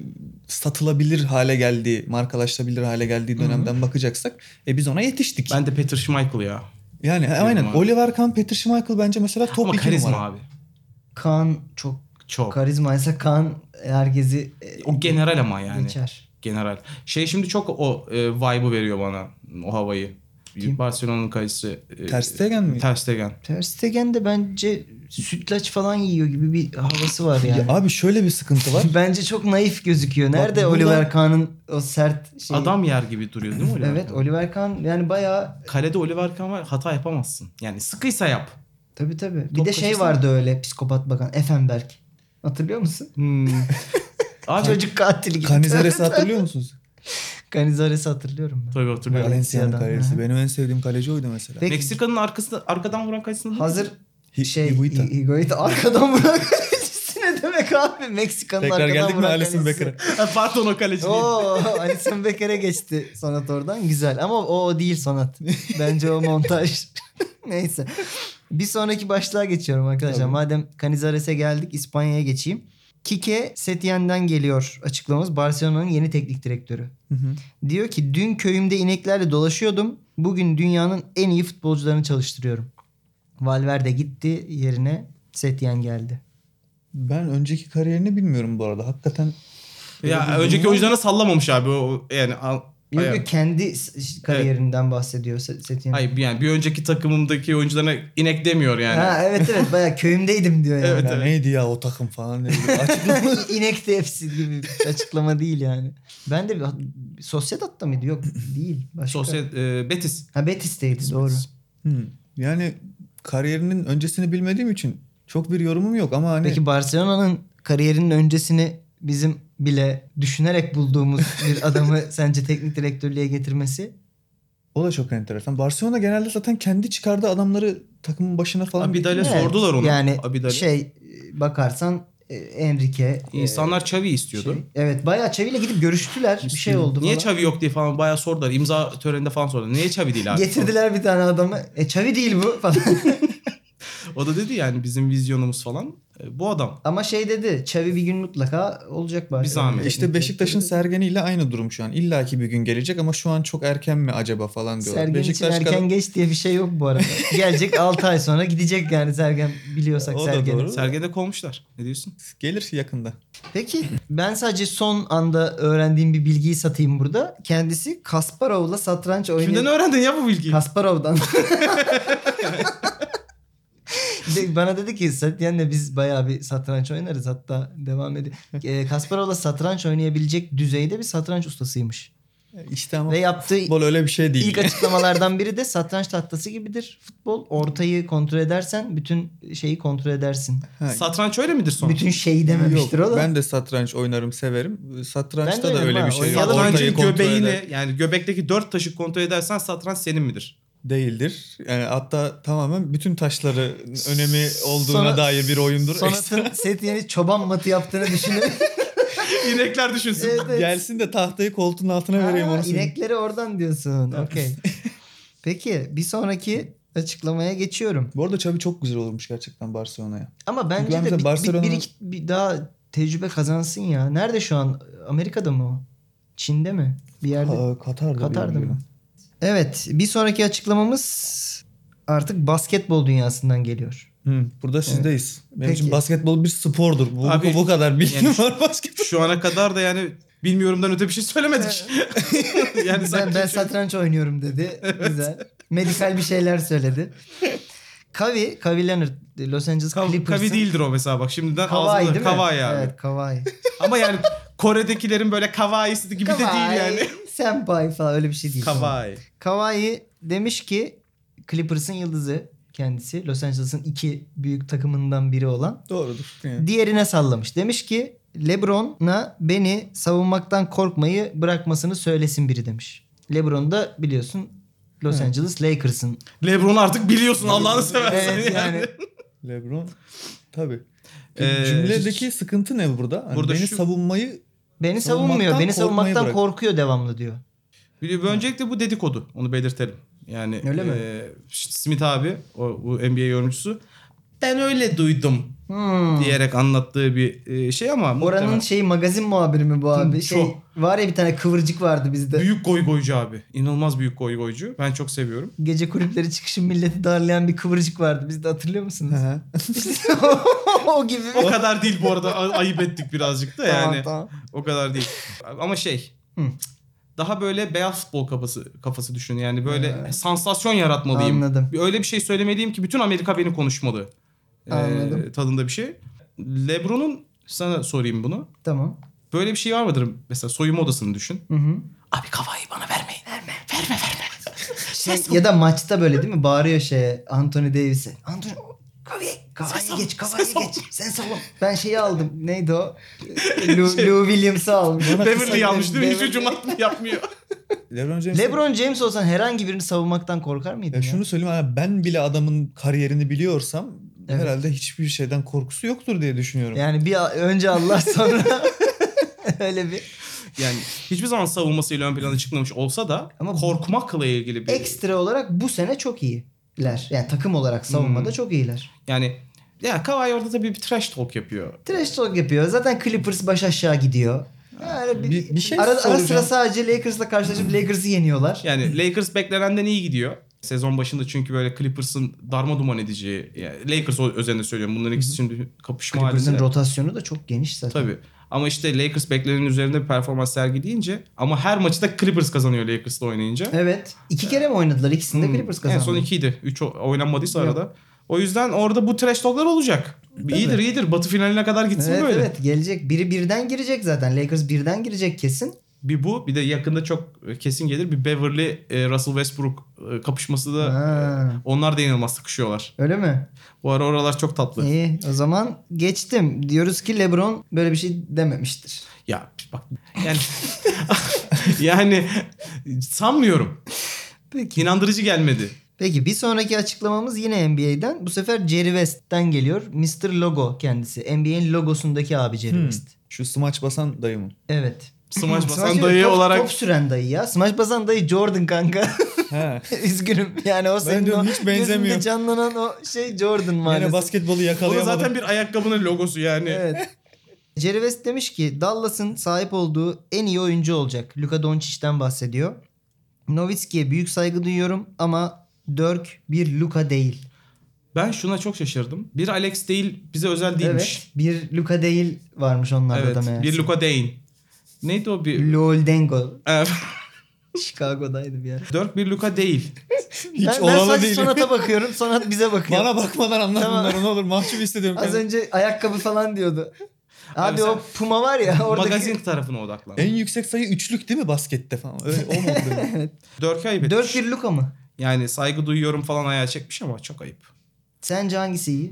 D: satılabilir hale geldiği, markalaşabilir hale geldiği dönemden bakacaksak e biz ona yetiştik.
C: Ben de Peter Schmeichel ya.
D: yani aynen
C: abi.
D: Oliver Kahn, Peter Schmeichel bence mesela top
C: Ama
D: iki
C: karizma
D: numara.
C: abi.
B: Kaan çok
C: Çok.
B: karizmaysa Kaan herkesi e,
C: o general ama yani.
B: geçer.
C: General. Şey şimdi çok o e, vibe'ı veriyor bana. O havayı.
B: Kim?
C: Barcelona'nın kalecisi. e,
D: Ter Stegen mi?
C: Ter Stegen.
B: Ter Stegen de bence sütlaç falan yiyor gibi bir havası var
D: Ya
B: yani.
D: abi şöyle
B: [LAUGHS]
D: bir sıkıntı var.
B: Bence çok naif gözüküyor. Nerede
D: burada-
B: Oliver Kahn'ın o sert şeyi?
C: Adam yer gibi duruyor değil mi
B: [LAUGHS]
C: Oliver
B: Şey- Evet
C: Kahn?
B: Oliver Kahn yani bayağı
C: Kalede Oliver Kahn var hata yapamazsın. Yani sıkıysa yap.
B: tabii tabii. Bir
C: Top
B: de şey
C: kaçırsa-
B: vardı öyle psikopat bakan Effenberg. Hatırlıyor musun?
C: Hmm.
B: [LAUGHS]
C: Abi
B: Çocuk katili gibi.
D: Canizares'i hatırlıyor musunuz?
B: Canizares'i hatırlıyorum ben.
C: Tabii hatırlıyorum.
D: Valencia'nın
B: Valencia'dan, hı
D: kalecisi.
B: hı.
D: Benim en sevdiğim kaleci oydu mesela.
B: Peki
C: Meksika'nın arkasında arkadan vuran kaçısını
B: hazır
D: Hi-
B: şey
D: Higuita. [LAUGHS]
B: Higuita arkadan vuran kalecisi ne demek abi? Meksika'nın
D: Tekrar
B: arkadan
D: geldik mi
B: vuran
D: Alisson
B: kalecisi.
C: [LAUGHS]
D: Becker'a?
C: Pardon o kaleci değil.
B: Oo, [LAUGHS] Alison Becker'e geçti Sonat oradan. Güzel ama o, o değil Sonat. Bence o montaj. [LAUGHS] Neyse. Bir sonraki başlığa geçiyorum arkadaşlar.
D: Tabii.
B: Madem Canizares'e geldik İspanya'ya geçeyim. Kike Setien'den geliyor açıklamamız. Barcelona'nın yeni teknik direktörü.
D: Hı hı.
B: Diyor ki dün köyümde ineklerle dolaşıyordum. Bugün dünyanın en iyi futbolcularını çalıştırıyorum. Valverde gitti yerine Setien geldi.
D: Ben önceki kariyerini bilmiyorum bu arada. Hakikaten
C: Ya önceki oyuncularına sallamamış abi o yani al,
B: Yok
C: Hayır.
B: yok, kendi s- kariyerinden bahsediyor Se- Setien.
C: Hayır yani bir önceki takımımdaki oyuncularına inek demiyor yani.
B: Ha, evet evet bayağı köyümdeydim diyor yani.
C: Evet,
D: ya
C: evet.
D: neydi ya o takım falan diye
B: [LAUGHS]
D: bir açıklama.
B: İnek de hepsi gibi bir açıklama değil yani. Ben de bir- Sociedad'da mıydı? Yok değil. Başka.
C: Sosyal e, Betis.
B: Ha Betis'teydi doğru.
D: Hmm. Yani kariyerinin öncesini bilmediğim için çok bir yorumum yok ama hani
B: Peki Barcelona'nın kariyerinin öncesini bizim bile düşünerek bulduğumuz
C: [LAUGHS]
B: bir adamı sence teknik direktörlüğe getirmesi?
D: o da çok enteresan. Barcelona genelde zaten kendi çıkardığı adamları takımın başına falan
C: Abidal'e
D: getiriyor.
B: Evet.
C: sordular onu.
B: Yani
C: Abidal'e.
B: şey e, bakarsan e, Enrique. e,
C: İnsanlar Xavi istiyordu.
B: şey- evet bayağı Çavi'yle gidip görüştüler. Bir şey oldu
C: Niye
B: falan.
C: Xavi yok diye falan bayağı sordular. İmza töreninde falan sordular. Niye
B: [LAUGHS]
C: Xavi değil abi?
B: Getirdiler bir tane adamı. E Çavi değil bu falan. [LAUGHS]
C: O da dedi yani bizim vizyonumuz falan. E, bu adam
B: Ama şey dedi. Çavi bir gün mutlaka olacak bari.
C: Bir zahmet.
D: İşte Beşiktaş'ın Sergen'iyle aynı durum şu an. İlla ki bir gün gelecek ama şu an çok erken mi acaba falan diyorlar.
B: Sergen için
D: Beşiktaş
B: erken
D: kadar-
B: geç diye bir şey yok bu
D: [LAUGHS]
B: arada. Gelecek 6 ay sonra gidecek yani Sergen biliyorsak
D: O da
B: Sergen'i.
D: doğru.
C: Sergen'de kovmuşlar. Ne diyorsun?
D: gelir yakında.
B: Peki ben sadece son anda öğrendiğim bir bilgiyi satayım burada. Kendisi Kasparov'la satranç
C: Kimden
B: oynayan...
C: öğrendin ya bu bilgiyi?
B: Kasparov'dan. De- Bana dedi ki Satyen'le biz bayağı bir satranç oynarız hatta devam ediyor. Ee, Kasparov'la satranç oynayabilecek düzeyde bir satranç ustasıymış.
D: İşte E, ama
B: Ve yaptığı
D: futbol öyle bir şey değil.
B: İlk açıklamalardan biri de satranç tahtası gibidir futbol. Ortayı kontrol edersen bütün şeyi kontrol edersin.
D: Ha,
C: Satranç öyle midir son?
B: Bütün şeyi dememiştir
D: Yok,
B: o da.
D: ben de satranç oynarım severim.
B: Ben
D: Satrançta
B: de
D: da
B: öyle
D: öyle
B: ha,
D: bir şey yok.
B: oynadım.
D: Ortayı
C: Satrancın
D: kontrol
C: göbeğini
D: eder-
C: yani göbekteki dört taşı kontrol edersen satranç senin midir? [LAUGHS]
D: değildir. Yani hatta tamamen bütün taşları önemi [LAUGHS] olduğuna
B: Sonra-
D: dair bir oyundur.
B: Sonrasında Setyen'i çoban matı yaptığını düşünün.
C: İnekler düşünsün.
B: Evet, evet.
D: Gelsin de tahtayı koltuğun altına [LAUGHS] vereyim
B: Aa,
D: onu. senin.
B: inekleri oradan diyorsun. Okey. Peki bir sonraki açıklamaya geçiyorum.
D: Bu arada Xavi çok güzel olurmuş gerçekten Barcelona'ya.
B: Ama bence
D: Güvenli
B: de bir, bir,
D: Barcelona-
B: bir iki- bir daha tecrübe kazansın ya. Nerede şu an? Amerika'da mı o? Çin'de mi? Bir yerde.
D: Aa, Katar'da.
B: Katar'da
D: bilmiyorum.
B: mı? Evet. Bir sonraki açıklamamız artık basketbol dünyasından geliyor.
D: Hı, burada sizdeyiz. Benim
B: Peki.
D: için basketbol bir spordur. Bu,
C: Abi-
D: bu kadar bilgim
C: Yani-
D: var basket.
C: Şu ana kadar da yani bilmiyorumdan öte bir şey söylemedik. [LAUGHS] yani
B: ben,
C: sanki
B: ben satranç oynuyorum
C: [LAUGHS]
B: dedi. Güzel. Medikal bir şeyler söyledi. Kavi, Kavi Leonard Los Angeles
C: Kav-
B: Clippers'ın
C: kavi değildir o mesela bak şimdiden
B: Kawhi değil
C: ağzında
B: mi?
C: kavai abi.
B: Evet, Kawhi.
C: Ama yani Kore'dekilerin böyle kavaisi gibi de değil yani.
B: Senpai falan öyle bir şey değil.
C: Kavai.
B: Kawhi demiş ki Clippers'ın yıldızı kendisi Los Angeles'ın iki büyük takımından biri olan
D: Doğrudur. Yani.
B: Diğerine sallamış. Demiş ki Lebron'a beni savunmaktan korkmayı bırakmasını söylesin biri demiş. Lebron da biliyorsun Los
D: Evet.
B: Angeles Lakers'ın.
C: Lebron'u artık biliyorsun Allah'ını seversen [LAUGHS]
B: Evet,
C: yani.
B: yani.
D: LeBron tabii.
C: Ee,
D: Cümledeki sıkıntı ne burada? Hani
C: Burada
D: beni
C: şu-
D: savunmayı
B: Beni
D: Savunmaktan
B: savunmuyor. Beni
D: korkmayı
B: savunmaktan
D: bırak.
B: korkuyor devamlı diyor.
C: Biliyor, öncelikle bu dedikodu. Onu belirtelim. Yani
B: Öyle mi?
C: e, Smith abi o, bu NBA yorumcusu ben öyle duydum
B: Hmm.
C: diyerek anlattığı bir e, şey ama
B: Oranın
C: muhtemelen-
B: şey magazin muhabiri mi bu abi?
C: Çok.
B: Şey var ya bir tane kıvırcık vardı bizde.
C: büyük goy goycu abi. İnanılmaz büyük goy goycu. Ben çok seviyorum.
B: Gece kulüpleri çıkışı milleti darlayan bir kıvırcık vardı. Bizde hatırlıyor musunuz?
D: Hı hı.
B: [LAUGHS] o gibi.
C: O kadar değil bu arada. A- Ayıp ettik birazcık da
B: Tamam,
C: yani.
B: tamam.
C: O kadar değil. Ama şey.
B: Hı.
C: Daha böyle beyaz futbol kafası kafası düşün. Yani böyle sansasyon yaratmalıyım.
B: Ee, Anladım.
C: Bir- Öyle bir şey söylemeliyim ki bütün Amerika beni konuşmalı. Ee,
B: Anladım.
C: tadında bir şey. LeBron'un sana sorayım bunu.
B: Tamam.
C: Böyle bir şey var mıdır? Mesela soyunma
B: [LAUGHS]
C: odasını düşün.
B: Hı hı.
C: Abi kafayı bana vermeyin. Verme. Verme verme.
B: Şey, ya da maçta böyle değil mi? Bağırıyor şeye Anthony Davis'e. Anthony Kavye,
C: Sen
B: Kavye'yi
C: savun,
B: geç,
C: sen
B: Kavye'yi
C: savun."
B: geç. Sen savun. Ben şeyi aldım. Neydi
C: [LAUGHS]
B: o? Lou, Lou Williams'ı almış.
C: Şey, Beverly yanlış değil mi? Hiç hücum atma- yapmıyor.
B: [LAUGHS]
D: LeBron James
B: LeBron James olsan herhangi birini savunmaktan korkar mıydın?
D: ya
B: Ya
D: şunu söyleyeyim hani ben bile adamın kariyerini biliyorsam
B: Evet.
D: herhalde hiçbir şeyden korkusu yoktur diye düşünüyorum.
B: Yani bir önce Allah sonra [LAUGHS] öyle bir
C: Yani hiçbir zaman savunmasıyla ön plana çıkmamış olsa da
B: Ama
C: ama korkmakla ilgili bir...
B: ekstra olarak bu sene çok iyiler. Yani takım olarak savunmada çok iyiler.
C: Yani ya Kawhi orada tabii bir trash talk yapıyor.
B: Trash talk yapıyor. Zaten Clippers baş aşağı gidiyor. Yani bir,
D: Bir- bir şey
B: ara, ara sıra
D: soracağım.
B: sadece Lakers'la karşılaşıp Lakers'ı yeniyorlar.
C: Yani Lakers beklenenden iyi gidiyor. Sezon başında çünkü böyle Clippers'ın darma duman edeceği. Yani Lakers o- özelinde söylüyorum. Bunların ikisi şimdi kapışma
B: Clippers'ın
C: halinde.
B: rotasyonu da çok geniş zaten.
C: Tabii. Ama işte Lakers beklenenin üzerinde bir performans sergileyince ama her maçı da Clippers kazanıyor Lakers'la oynayınca.
B: Evet. İki kere mi oynadılar? İkisini de
C: Hmm.
B: Clippers kazandı.
C: En son ikiydi. Üç o- oynanmadıysa
B: Yok.
C: arada. O yüzden orada bu trash talklar olacak. İyidir iyidir. Batı finaline kadar gitsin
B: Evet
C: böyle.
B: evet gelecek. Biri birden girecek zaten. Lakers birden girecek kesin.
C: Bir bu bir de yakında çok e, kesin gelir. Bir Beverly e, Russell Westbrook e, kapışması da e,
B: Ha,
C: Onlar da inanılmaz sıkışıyorlar.
B: öyle mi?
C: Bu ara oralar çok tatlı.
B: İyi. O zaman geçtim. Diyoruz ki LeBron böyle bir şey dememiştir.
C: Ya bak yani [LAUGHS] yani sanmıyorum.
B: Peki.
C: İnandırıcı gelmedi.
B: Peki bir sonraki açıklamamız yine NBA'den. Bu sefer Jerry West'ten geliyor. Mr. Logo kendisi. NBA'in logosundaki abi Jerry
D: Hmm.
B: West.
D: Şu smaç basan dayı mı?
B: Evet.
C: Smaç basan
B: [LAUGHS] Smash
C: dayı
B: top,
C: olarak
B: Top süren dayı ya. Smaç basan dayı Jordan kanka. [LAUGHS]
D: He.
B: Üzgünüm. Yani o senin
D: diyorum
B: o
D: hiç benzemiyor.
B: gözünde canlanan o şey Jordan
D: Yine
B: maalesef.
D: basketbolu
C: O da
D: yakalayamadım.
C: zaten bir ayakkabının logosu yani.
B: Evet. Jerry West demiş ki Dallas'ın sahip olduğu en iyi oyuncu olacak. Luka Doncic'ten bahsediyor. Nowitzki'ye büyük saygı duyuyorum ama Dirk bir Luka değil.
C: Ben şuna çok şaşırdım. Bir Alex değil bize özel değilmiş.
B: Evet. Bir Luka değil varmış onlarda
C: Evet.
B: da meğerse.
C: bir Luka Dane. Neydi o bir?
B: Lol Dengo.
C: [LAUGHS] Evet.
B: [LAUGHS] Chicago'daydı bir ara.
C: Dört bir Luka değil.
D: Hiç
B: ben, ben
D: oralı
B: sadece
D: değilim.
B: Sonat'a bakıyorum. Sonat bize bakıyor.
D: [LAUGHS] Bana bakmadan anlat
B: Tamam.
D: bunları ne olur. Mahcup hissediyorum.
B: Az
D: kendimi.
B: önce ayakkabı falan diyordu. Abi,
C: Abi sen-
B: o Puma var
C: [LAUGHS]
B: ya oradaki. E-
C: Magazin tarafına odaklan.
D: En yüksek sayı üçlük değil mi baskette falan? Öyle, o
B: [LAUGHS]
D: mu?
C: Dörk'ü ayıp etmiş.
B: 4-1 Luka mı?
C: Yani saygı duyuyorum falan ayağa çekmiş ama çok ayıp.
B: Sence hangisi iyi?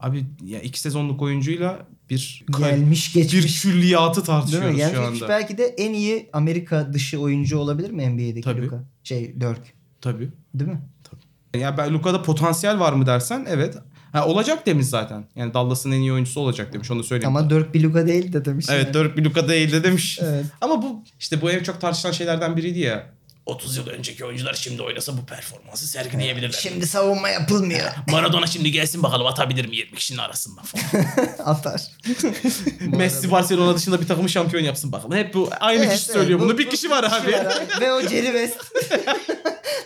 C: Abi ya iki sezonluk oyuncuyla bir
B: Gelmiş
C: bir
B: geçmiş.
C: külliyatı
B: Değil mi?
C: tartışıyoruz
B: Gelmiş
C: şu
B: geçmiş
C: anda.
B: belki de en iyi Amerika dışı oyuncu olabilir mi NBA'deki
C: Tabii.
B: Luka? Şey Dirk.
C: Tabii.
B: Değil mi?
C: Ya ben Luka'da potansiyel var mı dersen evet. Ha, olacak demiş zaten. Yani Dallas'ın en iyi oyuncusu olacak demiş onu söyleyeyim.
B: Ama Dirk bir Luka değil de demiş.
C: Evet
B: yani.
C: dört bir Luka değil de demiş.
B: Evet.
C: Ama bu işte bu ev çok tartışılan şeylerden biriydi ya. 30 yıl önceki oyuncular şimdi oynasa bu performansı sergileyebilirler.
B: Şimdi savunma yapılmıyor. [LAUGHS]
E: Maradona şimdi gelsin bakalım atabilir mi 20 kişinin arasında falan.
B: Atar.
C: Messi Barcelona dışında bir takımı şampiyon yapsın bakalım. Hep bu aynı
B: Evet,
C: kişi
B: evet.
C: söylüyor
B: Bu-
C: bunu.
B: bu
C: bir kişi var abi.
B: Kişi şey var abi. Ve o Jerry West.
C: [LAUGHS]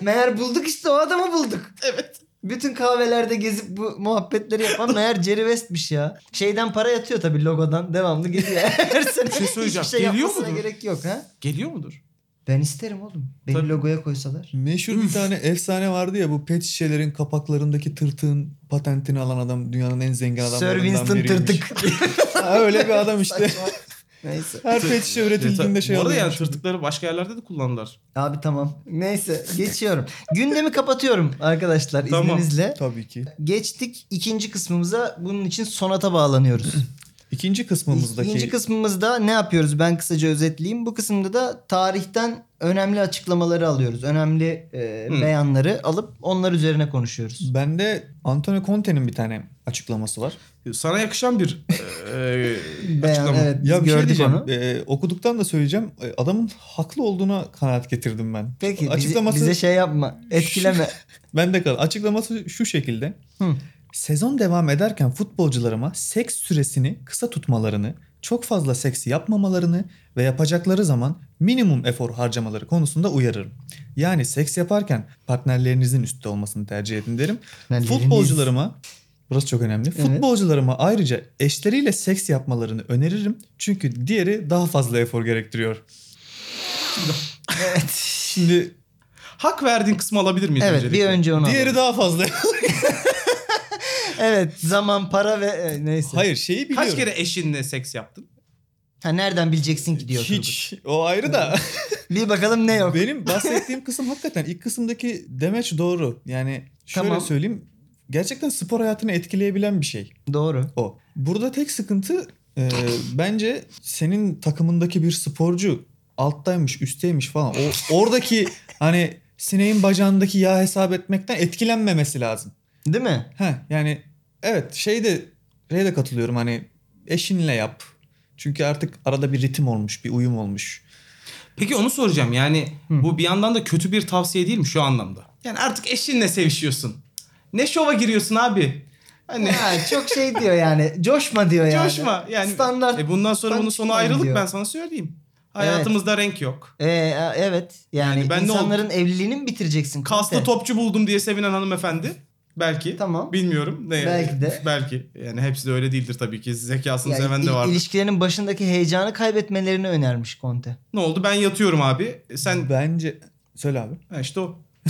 B: meğer bulduk işte o adamı bulduk.
C: Evet.
B: Bütün kahvelerde gezip bu muhabbetleri yapan meğer Jerry West'miş ya. Şeyden para yatıyor tabii logodan. Devamlı
C: [LAUGHS]
B: geliyor. Her sene
C: şey söyleyeceğim.
B: hiçbir şey
C: Geliyor
B: yapmasına
C: mudur?
B: gerek yok ha.
C: [LAUGHS] Geliyor mudur?
B: Ben isterim oğlum. Beni
C: Tabii.
B: logoya koysalar.
D: Meşhur bir tane efsane vardı ya bu pet şişelerin kapaklarındaki tırtığın patentini alan adam dünyanın en zengin adamlarından
B: Sir
D: biriymiş.
B: Winston Tırtık.
C: [LAUGHS]
D: Ha, öyle bir adam işte.
B: Saçma. Neyse.
D: Her pet şişe üretildiğinde şey
C: Bu arada
D: alıyor.
C: yani tırtıkları başka yerlerde de kullanırlar.
B: Abi tamam. Neyse geçiyorum. Gündemi kapatıyorum arkadaşlar
C: Tamam.
B: izninizle.
D: Tabii ki.
B: Geçtik ikinci kısmımıza. Bunun için sonata bağlanıyoruz.
D: İkinci kısmımızdaki
B: İkinci kısmımızda ne yapıyoruz? Ben kısaca özetleyeyim. Bu kısımda da tarihten önemli açıklamaları alıyoruz. Önemli e,
C: Hmm.
B: beyanları alıp onlar üzerine konuşuyoruz.
D: bende Antonio Conte'nin bir tane açıklaması var.
C: Sana yakışan bir e,
B: Beyan
C: açıklama.
B: evet biz
D: Ya bir şey
B: gördük
D: diyeceğim.
B: onu.
D: Ee, okuduktan da söyleyeceğim. Ee, Adamın haklı olduğuna kanaat getirdim ben.
B: Peki bizi-
D: açıklaması
B: bize şey yapma. [LAUGHS] Etkileme.
D: bende kal. Açıklaması şu şekilde.
B: Hı.
D: Sezon devam ederken futbolcularıma seks süresini kısa tutmalarını, çok fazla seks yapmamalarını ve yapacakları zaman minimum efor harcamaları konusunda uyarırım. Yani seks yaparken partnerlerinizin üstte olmasını tercih edin derim.
B: Partnerleriniz.
D: Futbolcularıma burası çok önemli.
B: Evet.
D: Futbolcularıma ayrıca eşleriyle seks yapmalarını öneririm. Çünkü diğeri daha fazla efor gerektiriyor.
B: evet.
D: Şimdi
C: Hak verdiğin kısmı alabilir miyiz?
B: Evet
C: öncelikle?
B: bir önce onu
D: diğeri
B: alalım.
D: daha fazla. [LAUGHS]
B: Evet zaman para ve e, neyse.
D: Hayır şeyi biliyorum.
C: Kaç kere eşinle seks yaptın?
B: Ha, nereden bileceksin ki diyor. Turgut.
D: Hiç. O ayrı da.
B: Bir bakalım ne [LAUGHS] yok.
D: Benim bahsettiğim kısım hakikaten ilk kısımdaki demeç doğru. Yani şöyle
B: Tamam.
D: söyleyeyim. Gerçekten spor hayatını etkileyebilen bir şey
B: Doğru.
D: o. Burada tek sıkıntı e, bence senin takımındaki bir sporcu alttaymış, üstteymiş falan.
B: [LAUGHS]
D: O oradaki hani sineğin bacağındaki yağ hesap etmekten etkilenmemesi lazım.
B: Değil mi?
D: Heh, yani evet şey de şeye de katılıyorum hani eşinle yap. Çünkü artık arada bir ritim olmuş, bir uyum olmuş.
C: Peki onu soracağım yani bu bir yandan da kötü bir tavsiye değil mi şu anlamda? Yani artık eşinle sevişiyorsun. Ne şova giriyorsun abi? Hani
B: Ha, çok şey diyor yani. Coşma diyor yani.
C: coşma yani.
B: Standart.
C: E bundan sonra bunun sonu
B: çıkmayın
C: ayrılık
B: diyor.
C: ben sana söyleyeyim. Hayatımızda renk yok.
B: Ee, e, evet. Yani,
C: Yani ben ne
B: insanların evliliğini mi bitireceksin?
C: Kaslı
B: Konte?
C: topçu buldum diye sevinen hanımefendi. Belki.
B: Tamam.
C: Bilmiyorum. Ne,
B: Belki de.
C: Belki. Yani hepsi de öyle değildir tabii ki. Zekasını
B: Yani
C: seven
B: il-
C: de vardır.
B: ilişkilerinin başındaki heyecanı kaybetmelerini önermiş Conte.
C: Ne oldu? Ben yatıyorum abi. E Sen
D: Bence söyle abi.
C: ha işte o. [LAUGHS]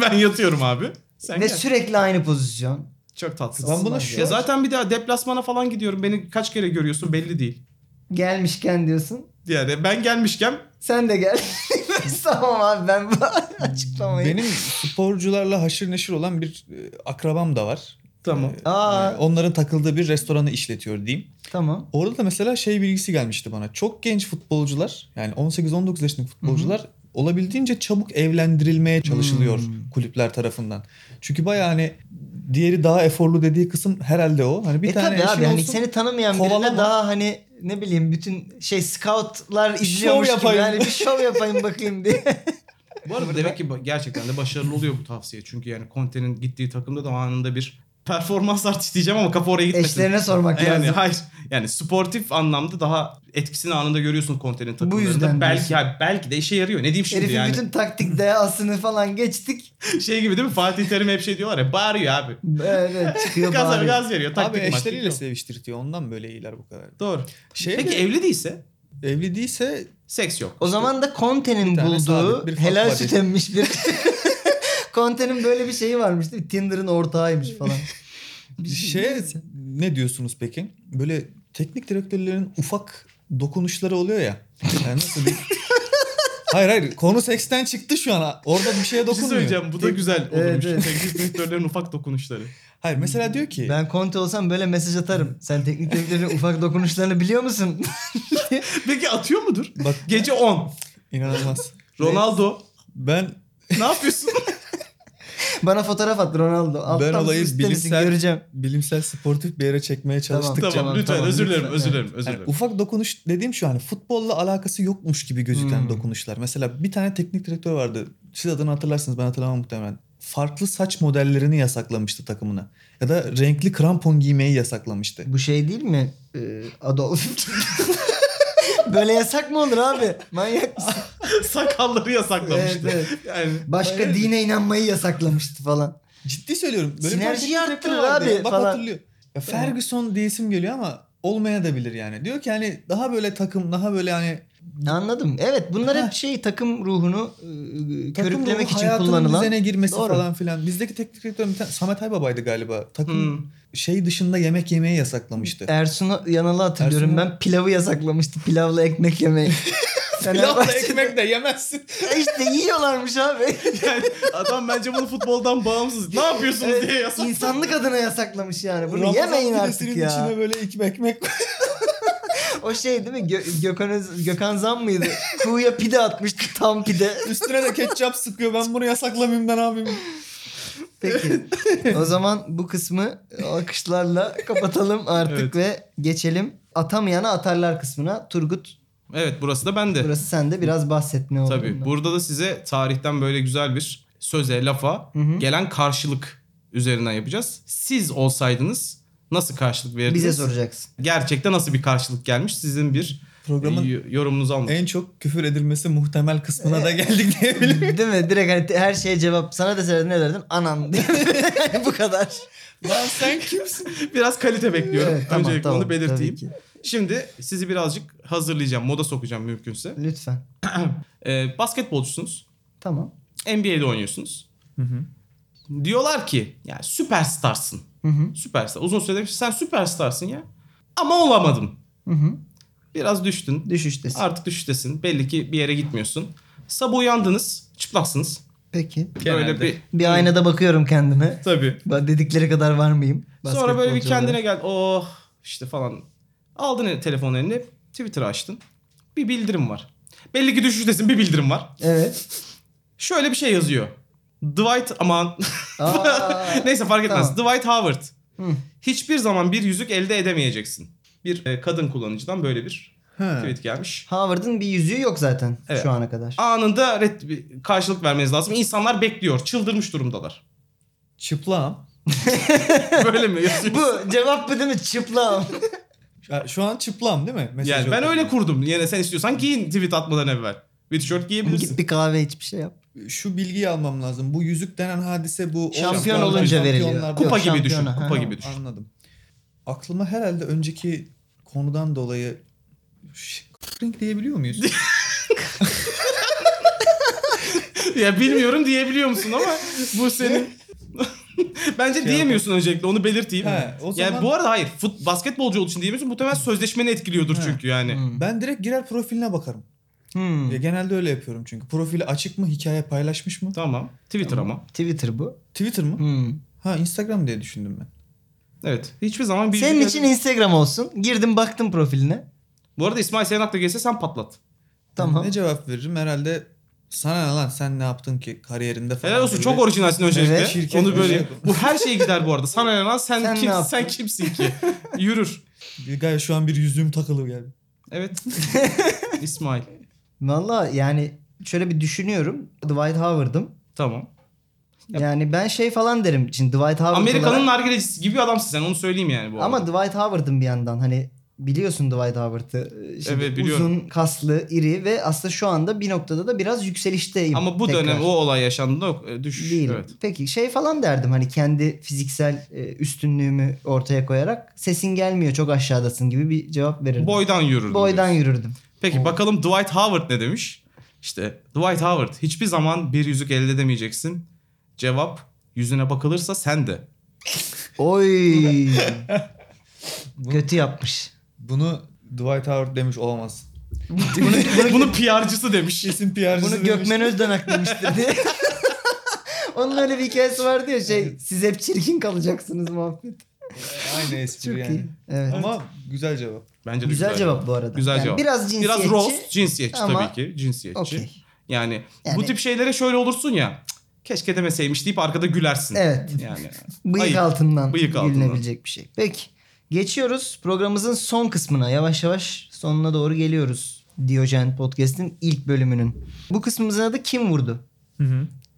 C: ben yatıyorum abi. Sen
B: Ve
C: gel.
B: sürekli aynı pozisyon.
C: Çok tatsız.
D: Ben buna
B: Olmaz
D: şu
C: Ya zaten bir daha deplasmana falan gidiyorum. Beni kaç kere görüyorsun belli değil.
B: Gelmişken diyorsun.
C: Yani ben gelmişken
B: Sen de gel. [LAUGHS] tamam abi ben bu [LAUGHS] açıklamayı.
D: Benim
B: [LAUGHS]
D: sporcularla haşır neşir olan bir e, akrabam da var.
C: tamam.
B: Aa
D: E, Onların takıldığı bir restoranı işletiyor diyeyim.
B: tamam.
D: Orada da mesela şey bilgisi gelmişti bana. Çok genç futbolcular yani 18-19 yaşındaki futbolcular olabildiğince çabuk evlendirilmeye çalışılıyor
B: Hmm.
D: kulüpler tarafından. Çünkü bayağı hani diğeri daha eforlu dediği kısım herhalde o. Hani bir
B: e
D: tane
B: tabii
D: eşin
B: abi hani
D: olsun.
B: seni tanımayan birine
D: kovalama.
B: daha hani ne bileyim bütün şey scoutlar izliyormuş gibi
D: yapayım. [LAUGHS]
B: yani bir şov yapayım bakayım diye.
C: Bu arada demek ki ba- gerçekten de başarılı oluyor bu tavsiye. Çünkü yani Conte'nin gittiği takımda da anında bir performans artışı diyeceğim ama kafa oraya gitmesin.
B: Eşlerine sormak
C: yani,
B: lazım.
C: Hayır. Yani sportif anlamda daha etkisini anında görüyorsun Conte'nin takımlarında.
B: yüzden
C: belki
B: diyorsun.
C: ha, belki de işe yarıyor. Ne diyeyim şimdi
B: Herifin
C: yani?
B: bütün taktik dayasını falan geçtik.
C: [LAUGHS] Şey gibi değil mi? Fatih Terim hep şey diyorlar ya bağırıyor abi.
B: Evet
C: [LAUGHS]
B: çıkıyor
C: Gaz,
B: bağırıyor.
C: gaz veriyor.
D: Abi
C: Taktik maktik
D: eşleriyle
C: yok.
D: seviştirtiyor. Ondan böyle iyiler bu kadar.
C: Doğru.
D: Şey
C: Peki
D: mi?
C: evli değilse
D: Evli değilse
C: seks yok.
B: O zaman da Conte'nin
D: Bir tane
B: bulduğu
D: sabit bir
B: helal
D: Fatma
B: süt
D: diye.
B: emmiş bir... [LAUGHS] Conte'nin böyle bir şeyi varmış değil mi? Tinder'ın ortağıymış
D: [LAUGHS]
B: falan.
D: şey ne diyorsunuz peki? Böyle teknik direktörlerin ufak dokunuşları oluyor ya. Yani nasıl bir... hayır hayır konu seksten çıktı şu an. Orada bir şeye
C: Bir şey
D: dokunmuyor.
C: söyleyeceğim. Bu da güzel olmuş.
B: Evet, evet.
C: Teknik
B: [LAUGHS]
C: direktörlerin ufak dokunuşları.
D: Hayır mesela diyor ki
B: Ben Conte olsam böyle mesaj atarım. Sen teknik direktörün ufak dokunuşlarını biliyor musun? [LAUGHS]
C: Peki atıyor mudur?
D: bak
C: Gece 10.
D: inanılmaz.
C: Ronaldo
D: Ben
C: ne yapıyorsun?
B: Bana fotoğraf at Ronaldo. Alttan
D: Ben olayı
B: sus demişsin,
D: bilimsel-
B: göreceğim.
D: bilimsel sportif bir yere çekmeye
B: Tamam.
D: çalıştıkça
C: [LAUGHS] tamam,
B: Tamam,
C: lütfen
B: tamam,
C: özür dilerim
B: lütfen.
C: özür dilerim özür dilerim.
D: Yani ufak dokunuş dediğim şu hani futbolla alakası yokmuş gibi gözüken
B: Hmm.
D: dokunuşlar. Mesela bir tane teknik direktör vardı. Siz adını hatırlarsınız ben hatırlamam muhtemelen. Farklı saç modellerini yasaklamıştı takımına. Ya da renkli krampon giymeyi yasaklamıştı.
B: Bu şey değil mi? Ee, Adolf. [LAUGHS] böyle yasak mı olur abi? Manyak mısın?
C: [LAUGHS] Sakalları yasaklamıştı.
B: Evet, evet.
C: Yani
B: Başka
C: Hayır.
B: dine inanmayı yasaklamıştı falan.
D: Ciddi söylüyorum. bir
B: Sinerjiyi
D: teknik direktör
B: arttırır
D: vardı ya.
B: abi
D: Bak
B: falan.
D: hatırlıyor. Ya Ferguson diye isim geliyor ama olmaya da bilir yani. Diyor ki hani daha böyle takım daha böyle hani
B: Anladım. Evet bunlar
D: Ha.
B: hep şey takım ruhunu e,
D: takım
B: körüklemek
D: ruhu,
B: için
D: hayatının
B: kullanılan.
D: düzene girmesi
B: Doğru.
D: falan filan. Bizdeki teknik direktör bir tane- Samet Aybaba'ydı galiba. Takım
C: Hmm.
D: şey dışında yemek yemeyi yasaklamıştı.
B: E, Ersun'u yanalı hatırlıyorum
D: Ersun'u-
B: ben pilavı yasaklamıştı pilavla ekmek
D: [LAUGHS]
B: yemeyi.
D: Pilavla
B: Fenerbahçe'de-
D: ekmek
B: [LAUGHS]
D: de yemezsin.
B: işte yiyorlarmış
D: [LAUGHS]
B: abi.
C: Yani adam bence bunu futboldan bağımsız. Ne yapıyorsunuz
B: Evet,
C: diye yasak.
B: İnsanlık adına yasaklamış yani. Bunu
D: Ramazan
B: yemeyin artık
D: pidesinin
B: ya.
D: içine böyle iki ekmek koy.
B: O şey değil mi? Gö- Gökhan, Öz- Gökhan Zan mıydı? Kuğuya pide atmıştı tam pide.
D: Üstüne de ketçap sıkıyor. Ben bunu yasaklamayayım ben abim.
B: Peki. O zaman bu kısmı alkışlarla kapatalım artık ve geçelim atamayana atarlar kısmına. Turgut
C: Evet burası da bende.
B: burası sende biraz bahset ne oldu.
C: Tabii. Burada da size tarihten böyle güzel bir söze, lafa
B: Hı hı.
C: gelen karşılık üzerinden yapacağız. Siz olsaydınız nasıl karşılık verirdiniz?
B: Bize soracaksın.
C: Gerçekte nasıl bir karşılık gelmiş? Sizin bir
D: Programın
C: y- yorumunuzu almak.
D: en çok küfür edilmesi muhtemel kısmına
B: E.
D: da geldik diyebilirim.
B: Değil mi? Direkt hani her şeye cevap. Sana deseler ne derdin? [LAUGHS] Anan. bu kadar.
D: Lan sen kimsin?
C: Biraz kalite bekliyorum.
B: Evet, tamam,
C: Öncelikle
B: tamam,
C: onu belirteyim.
B: tabii ki.
C: Şimdi sizi birazcık hazırlayacağım. Moda sokacağım mümkünse.
B: Lütfen.
C: Ee, basketbolcusunuz.
B: Tamam.
C: NBA'de oynuyorsunuz. Diyorlar ki yani süperstarsın.
B: Hı hı.
C: Süperstar. Uzun süredir sen süperstarsın ya. Ama olamadın.
B: Hı hı.
C: Biraz düştün.
B: Düşüştesin.
C: Artık düşüştesin. Belli ki bir yere gitmiyorsun. Sabah uyandınız. Çıplaksınız.
B: Peki.
C: Böyle
D: Genelde.
C: bir
B: Bir aynada bakıyorum kendime.
C: tabii.
B: Ben dedikleri kadar var mıyım?
C: Sonra böyle bir
B: Basketbolcu olarak.
C: kendine gel. Oh işte falan. Aldın el- telefonu eline. Twitter açtın. Bir bildirim var. Belli ki düşüştesin bir bildirim var. [LAUGHS]
B: Evet.
C: Şöyle bir şey yazıyor. Dwight aman. [LAUGHS]
B: Aa,
C: Neyse fark etmez. Dwight Howard.
B: Hı.
C: Hiçbir zaman bir yüzük elde edemeyeceksin. Bir e, kadın kullanıcıdan böyle bir
D: Ha.
C: tweet gelmiş.
B: Howard'ın bir yüzüğü yok zaten
C: Evet.
B: şu ana kadar.
C: Anında red, bir karşılık vermeniz lazım. İnsanlar bekliyor. Çıldırmış durumdalar. [LAUGHS]
D: Çıplağım.
C: Böyle mi yazıyorsun?
B: Bu cevap bu değil mi?
C: [LAUGHS]
B: Çıplağım.
D: Ya Şu an çıplağım değil mi? Mesajı
C: Yani ben
D: okudum.
C: öyle kurdum. Yine sen istiyorsan giyin tweet atmadan evvel. Bir tişört giyebilirsin.
B: Git bir kahve iç bir şey yap.
D: Şu bilgiyi almam lazım. Bu yüzük denen hadise bu.
B: Şampiyon
D: Oscar'lar,
B: olunca veriliyor.
D: şampiyonlarda-
C: Kupa
B: Yok,
C: gibi düşün,
B: şampiyona.
C: kupa
B: Ha,
C: gibi. düşün.
D: Anladım. Aklıma herhalde önceki konudan dolayı Ş- renk diyebiliyor muyuz?
B: [LAUGHS]
C: ya bilmiyorum diyebiliyor musun ama bu senin... Bence diyemiyorsun öncelikle onu belirteyim.
D: He, o
C: Yani
D: zaman-
C: bu arada hayır fut, basketbolcu olduğu için diyemiyorsun. Muhtemelen sözleşmeni etkiliyordur
D: He.
C: çünkü yani.
B: Hmm.
D: ben direkt girer profiline bakarım.
B: Hmm.
D: Ya genelde öyle yapıyorum çünkü. Profili açık mı? Hikaye paylaşmış mı?
C: Tamam. Twitter ama.
B: Twitter bu.
D: Twitter mı?
B: Hmm.
D: Ha Instagram diye düşündüm ben.
C: Evet. Hiçbir zaman bir
B: Senin için Instagram olsun. Girdim baktım profiline.
C: Bu arada İsmail senin akla gelse sen patlat.
B: Tamam.
D: Ben Ne cevap veririm? Herhalde sana ne lan sen ne yaptın ki kariyerinde falan.
C: Helal olsun
D: gibi.
C: çok orijinalsin öncelikle.
B: Evet,
D: şirket
C: Onu böyle.
D: özellikle.
C: Bu her şeye gider bu arada. Sana ne lan sen,
B: Sen ne
C: kim,
B: yaptın?
C: sen kimsin ki? Yürür.
D: Bir Gay şu an bir yüzüğüm takılı geldi.
C: Evet. İsmail.
B: Valla yani şöyle bir düşünüyorum. Dwight Howard'ım.
C: Tamam.
B: Yani ben şey falan derim. Şimdi Dwight Howard
C: Amerika'nın
B: olarak-
C: nargilecisi gibi adamsın sen onu söyleyeyim yani bu
B: Ama
C: arada.
B: Dwight Howard'ım bir yandan. Hani biliyorsun Dwight Howard'ı. Ee, Şimdi
C: Evet, biliyorum.
B: Uzun, kaslı, iri ve aslında şu anda bir noktada da biraz yükselişteyim.
C: Ama bu
B: tekrar.
C: dönem o olay yaşandığında yok, e, düşüş.
B: Değilim.
C: Evet.
B: Peki şey falan derdim hani kendi fiziksel e, üstünlüğümü ortaya koyarak sesin gelmiyor çok aşağıdasın gibi bir cevap verirdim.
C: Boydan yürürdüm.
B: Boydan
C: diyorsun.
B: yürürdüm.
C: Peki bakalım Dwight Howard ne demiş? İşte Dwight Howard hiçbir zaman bir yüzük elde edemeyeceksin. Cevap yüzüne bakılırsa sen de.
B: Oy.
C: [LAUGHS]
B: Kötü yapmış.
D: Bunu Dwight Howard demiş olamaz.
C: Bunu, bunu PR'cısı demiş.
D: Kesin PR'cısı
B: Bunu Gökmen Özden aklamıştır diye. [LAUGHS] Onun öyle bir hikayesi vardı ya şey siz hep çirkin kalacaksınız muhabbet.
D: Aynı
B: Çok
D: espri
B: iyi.
D: yani.
B: Evet.
D: Ama güzel cevap.
C: Bence de
B: güzel, cevap bu arada.
C: Güzel
B: Yani
C: cevap.
B: Biraz cinsiyetçi.
C: Biraz roast cinsiyetçi
B: ama-
C: tabii ki. Cinsiyetçi.
B: Okey.
C: Yani, bu
B: Yani-
C: tip şeylere şöyle olursun ya. "Cık, Keşke demeseymiş deyip arkada gülersin.
B: Evet.
C: Yani.
B: Bıyık
C: Ayıp.
B: altından
C: Bıyık altından.
B: gülünebilecek bir şey. Peki geçiyoruz programımızın son kısmına. Yavaş yavaş sonuna doğru geliyoruz. Diyojen Podcast'in ilk bölümünün. Bu kısmımızın adı Kim Vurdu?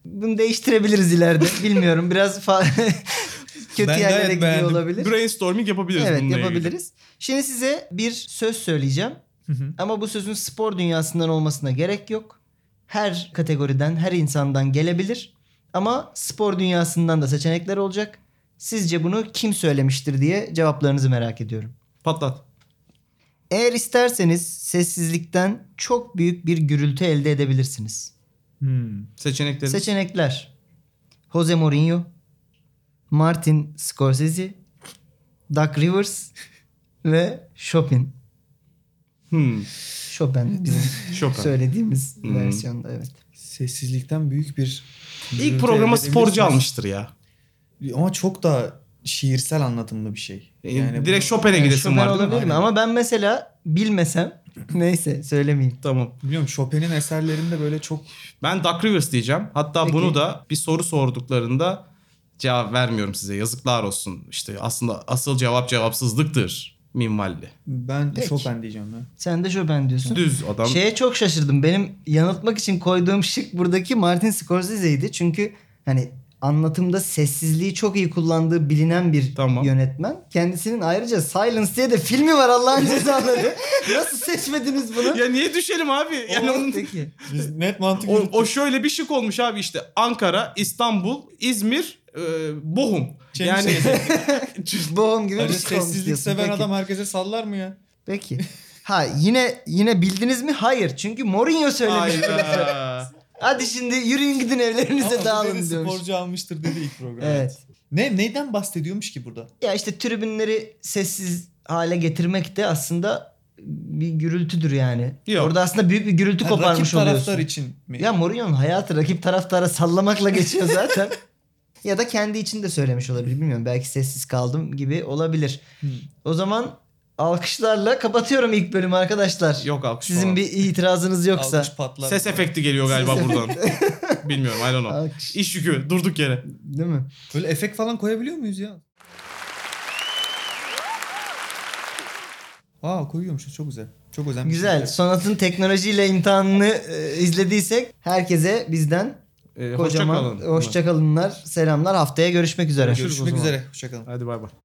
B: Bunu değiştirebiliriz
C: [LAUGHS]
B: ileride. Bilmiyorum biraz fa- [LAUGHS] kötü
D: Ben gayet
B: yerlere gidiyor
D: beğendim.
B: olabilir.
C: Brainstorming yapabiliriz
B: Evet
C: bununla ilgili.
B: yapabiliriz. Şimdi size bir söz söyleyeceğim.
D: hı.
B: Ama bu sözün spor dünyasından olmasına gerek yok. Her kategoriden, her insandan gelebilir. Ama spor dünyasından da seçenekler olacak. Sizce bunu kim söylemiştir diye cevaplarınızı merak ediyorum.
C: Patlat.
B: Eğer isterseniz sessizlikten çok büyük bir gürültü elde edebilirsiniz.
C: Seçenekleri.
B: Seçenekler. Jose Mourinho, Martin Scorsese, Doug Rivers ve Chopin.
C: Hmm.
B: Chopin [LAUGHS] bizim
C: Chopin.
B: söylediğimiz
C: Hmm.
B: versiyonda evet.
D: Sessizlikten büyük bir...
C: İlk
D: gürültü
C: programa
D: elde
C: sporcu
D: edebilirsiniz.
C: almıştır ya.
D: Ama çok daha şiirsel anlatımlı bir şey.
B: E,
C: Yani
D: bunu-
C: Direkt Chopin'e gidesin
B: Chopin
C: var. değil mi?
B: olabilir mi? Ama ben mesela bilmesem [LAUGHS] neyse söylemeyeyim.
C: Tamam.
D: Biliyorum Chopin'in eserlerinde böyle çok
C: Ben Duck Rivers diyeceğim. Hatta
B: Peki.
C: bunu da bir soru sorduklarında cevap vermiyorum size. Yazıklar olsun. İşte aslında asıl cevap cevapsızlıktır minvalli.
D: ben
B: Peki.
D: Chopin diyeceğim ya.
B: Sen de Chopin diyorsun.
C: Düz adam.
B: Şeye çok şaşırdım. Benim yanıltmak için koyduğum şık buradaki Martin Scorsese'ydi. Çünkü hani anlatımda sessizliği çok iyi kullandığı bilinen bir
C: Tamam.
B: yönetmen. Kendisinin ayrıca Silence diye de filmi var Allah'ın cezaları. Nasıl seçmediniz bunu?
C: Ya niye düşelim abi? Yani
B: Olmaz
C: onun-
B: peki.
D: Biz net mantık
C: o, o şöyle bir şık olmuş abi işte Ankara, İstanbul, İzmir, e, Bohum. Yani
B: Boğum gibi bir şey olmuş
D: şey Hani sessizlik
B: diyorsun.
D: seven
B: Peki.
D: adam herkese sallar mı ya?
B: Peki. Ha yine yine bildiniz mi? Hayır. Çünkü Mourinho söylemiş.
C: Hayda.
B: [LAUGHS] Hadi şimdi yürüyün gidin
D: Ama
B: evlerinize
D: bu dedi
B: dağılın diyormuş.
D: sporcu almıştır dedi ilk programda.
B: Evet.
D: Ne neyden bahsediyormuş ki burada?
B: Ya işte tribünleri sessiz hale getirmek de aslında bir gürültüdür yani.
C: Yok.
B: Orada aslında büyük bir gürültü
D: Yani Hani rakip
B: koparmış
D: taraftar
B: oluyorsun.
D: için mi?
B: Ya Mourinho'nun hayatı rakip taraftara sallamakla
D: [LAUGHS]
B: geçiyor zaten. ya da kendi için de söylemiş olabilir bilmiyorum. Belki sessiz kaldım gibi olabilir.
D: Hmm.
B: O zaman alkışlarla kapatıyorum ilk bölümü arkadaşlar.
C: [LAUGHS] Yok alkış
B: Sizin
C: falan.
B: bir itirazınız yoksa.
D: Alkış patlar.
C: Ses efekti geliyor galiba
B: Ses
C: [LAUGHS] buradan. Bilmiyorum I don't know.
B: Alkış.
C: İş yükü durduk yere.
B: Değil mi?
D: Böyle efekt falan koyabiliyor muyuz ya? Aa koyuyormuşuz çok güzel. Çok özenmiş.
B: Güzel. Sonat'ın teknolojiyle imtihanını e, izlediysek herkese bizden
C: Ee, hoşça
B: kocaman
C: kalın.
B: hoşçakalınlar, selamlar. Haftaya görüşmek üzere.
D: Görüşmek üzere. Hoşçakalın.
C: Hadi bay bay.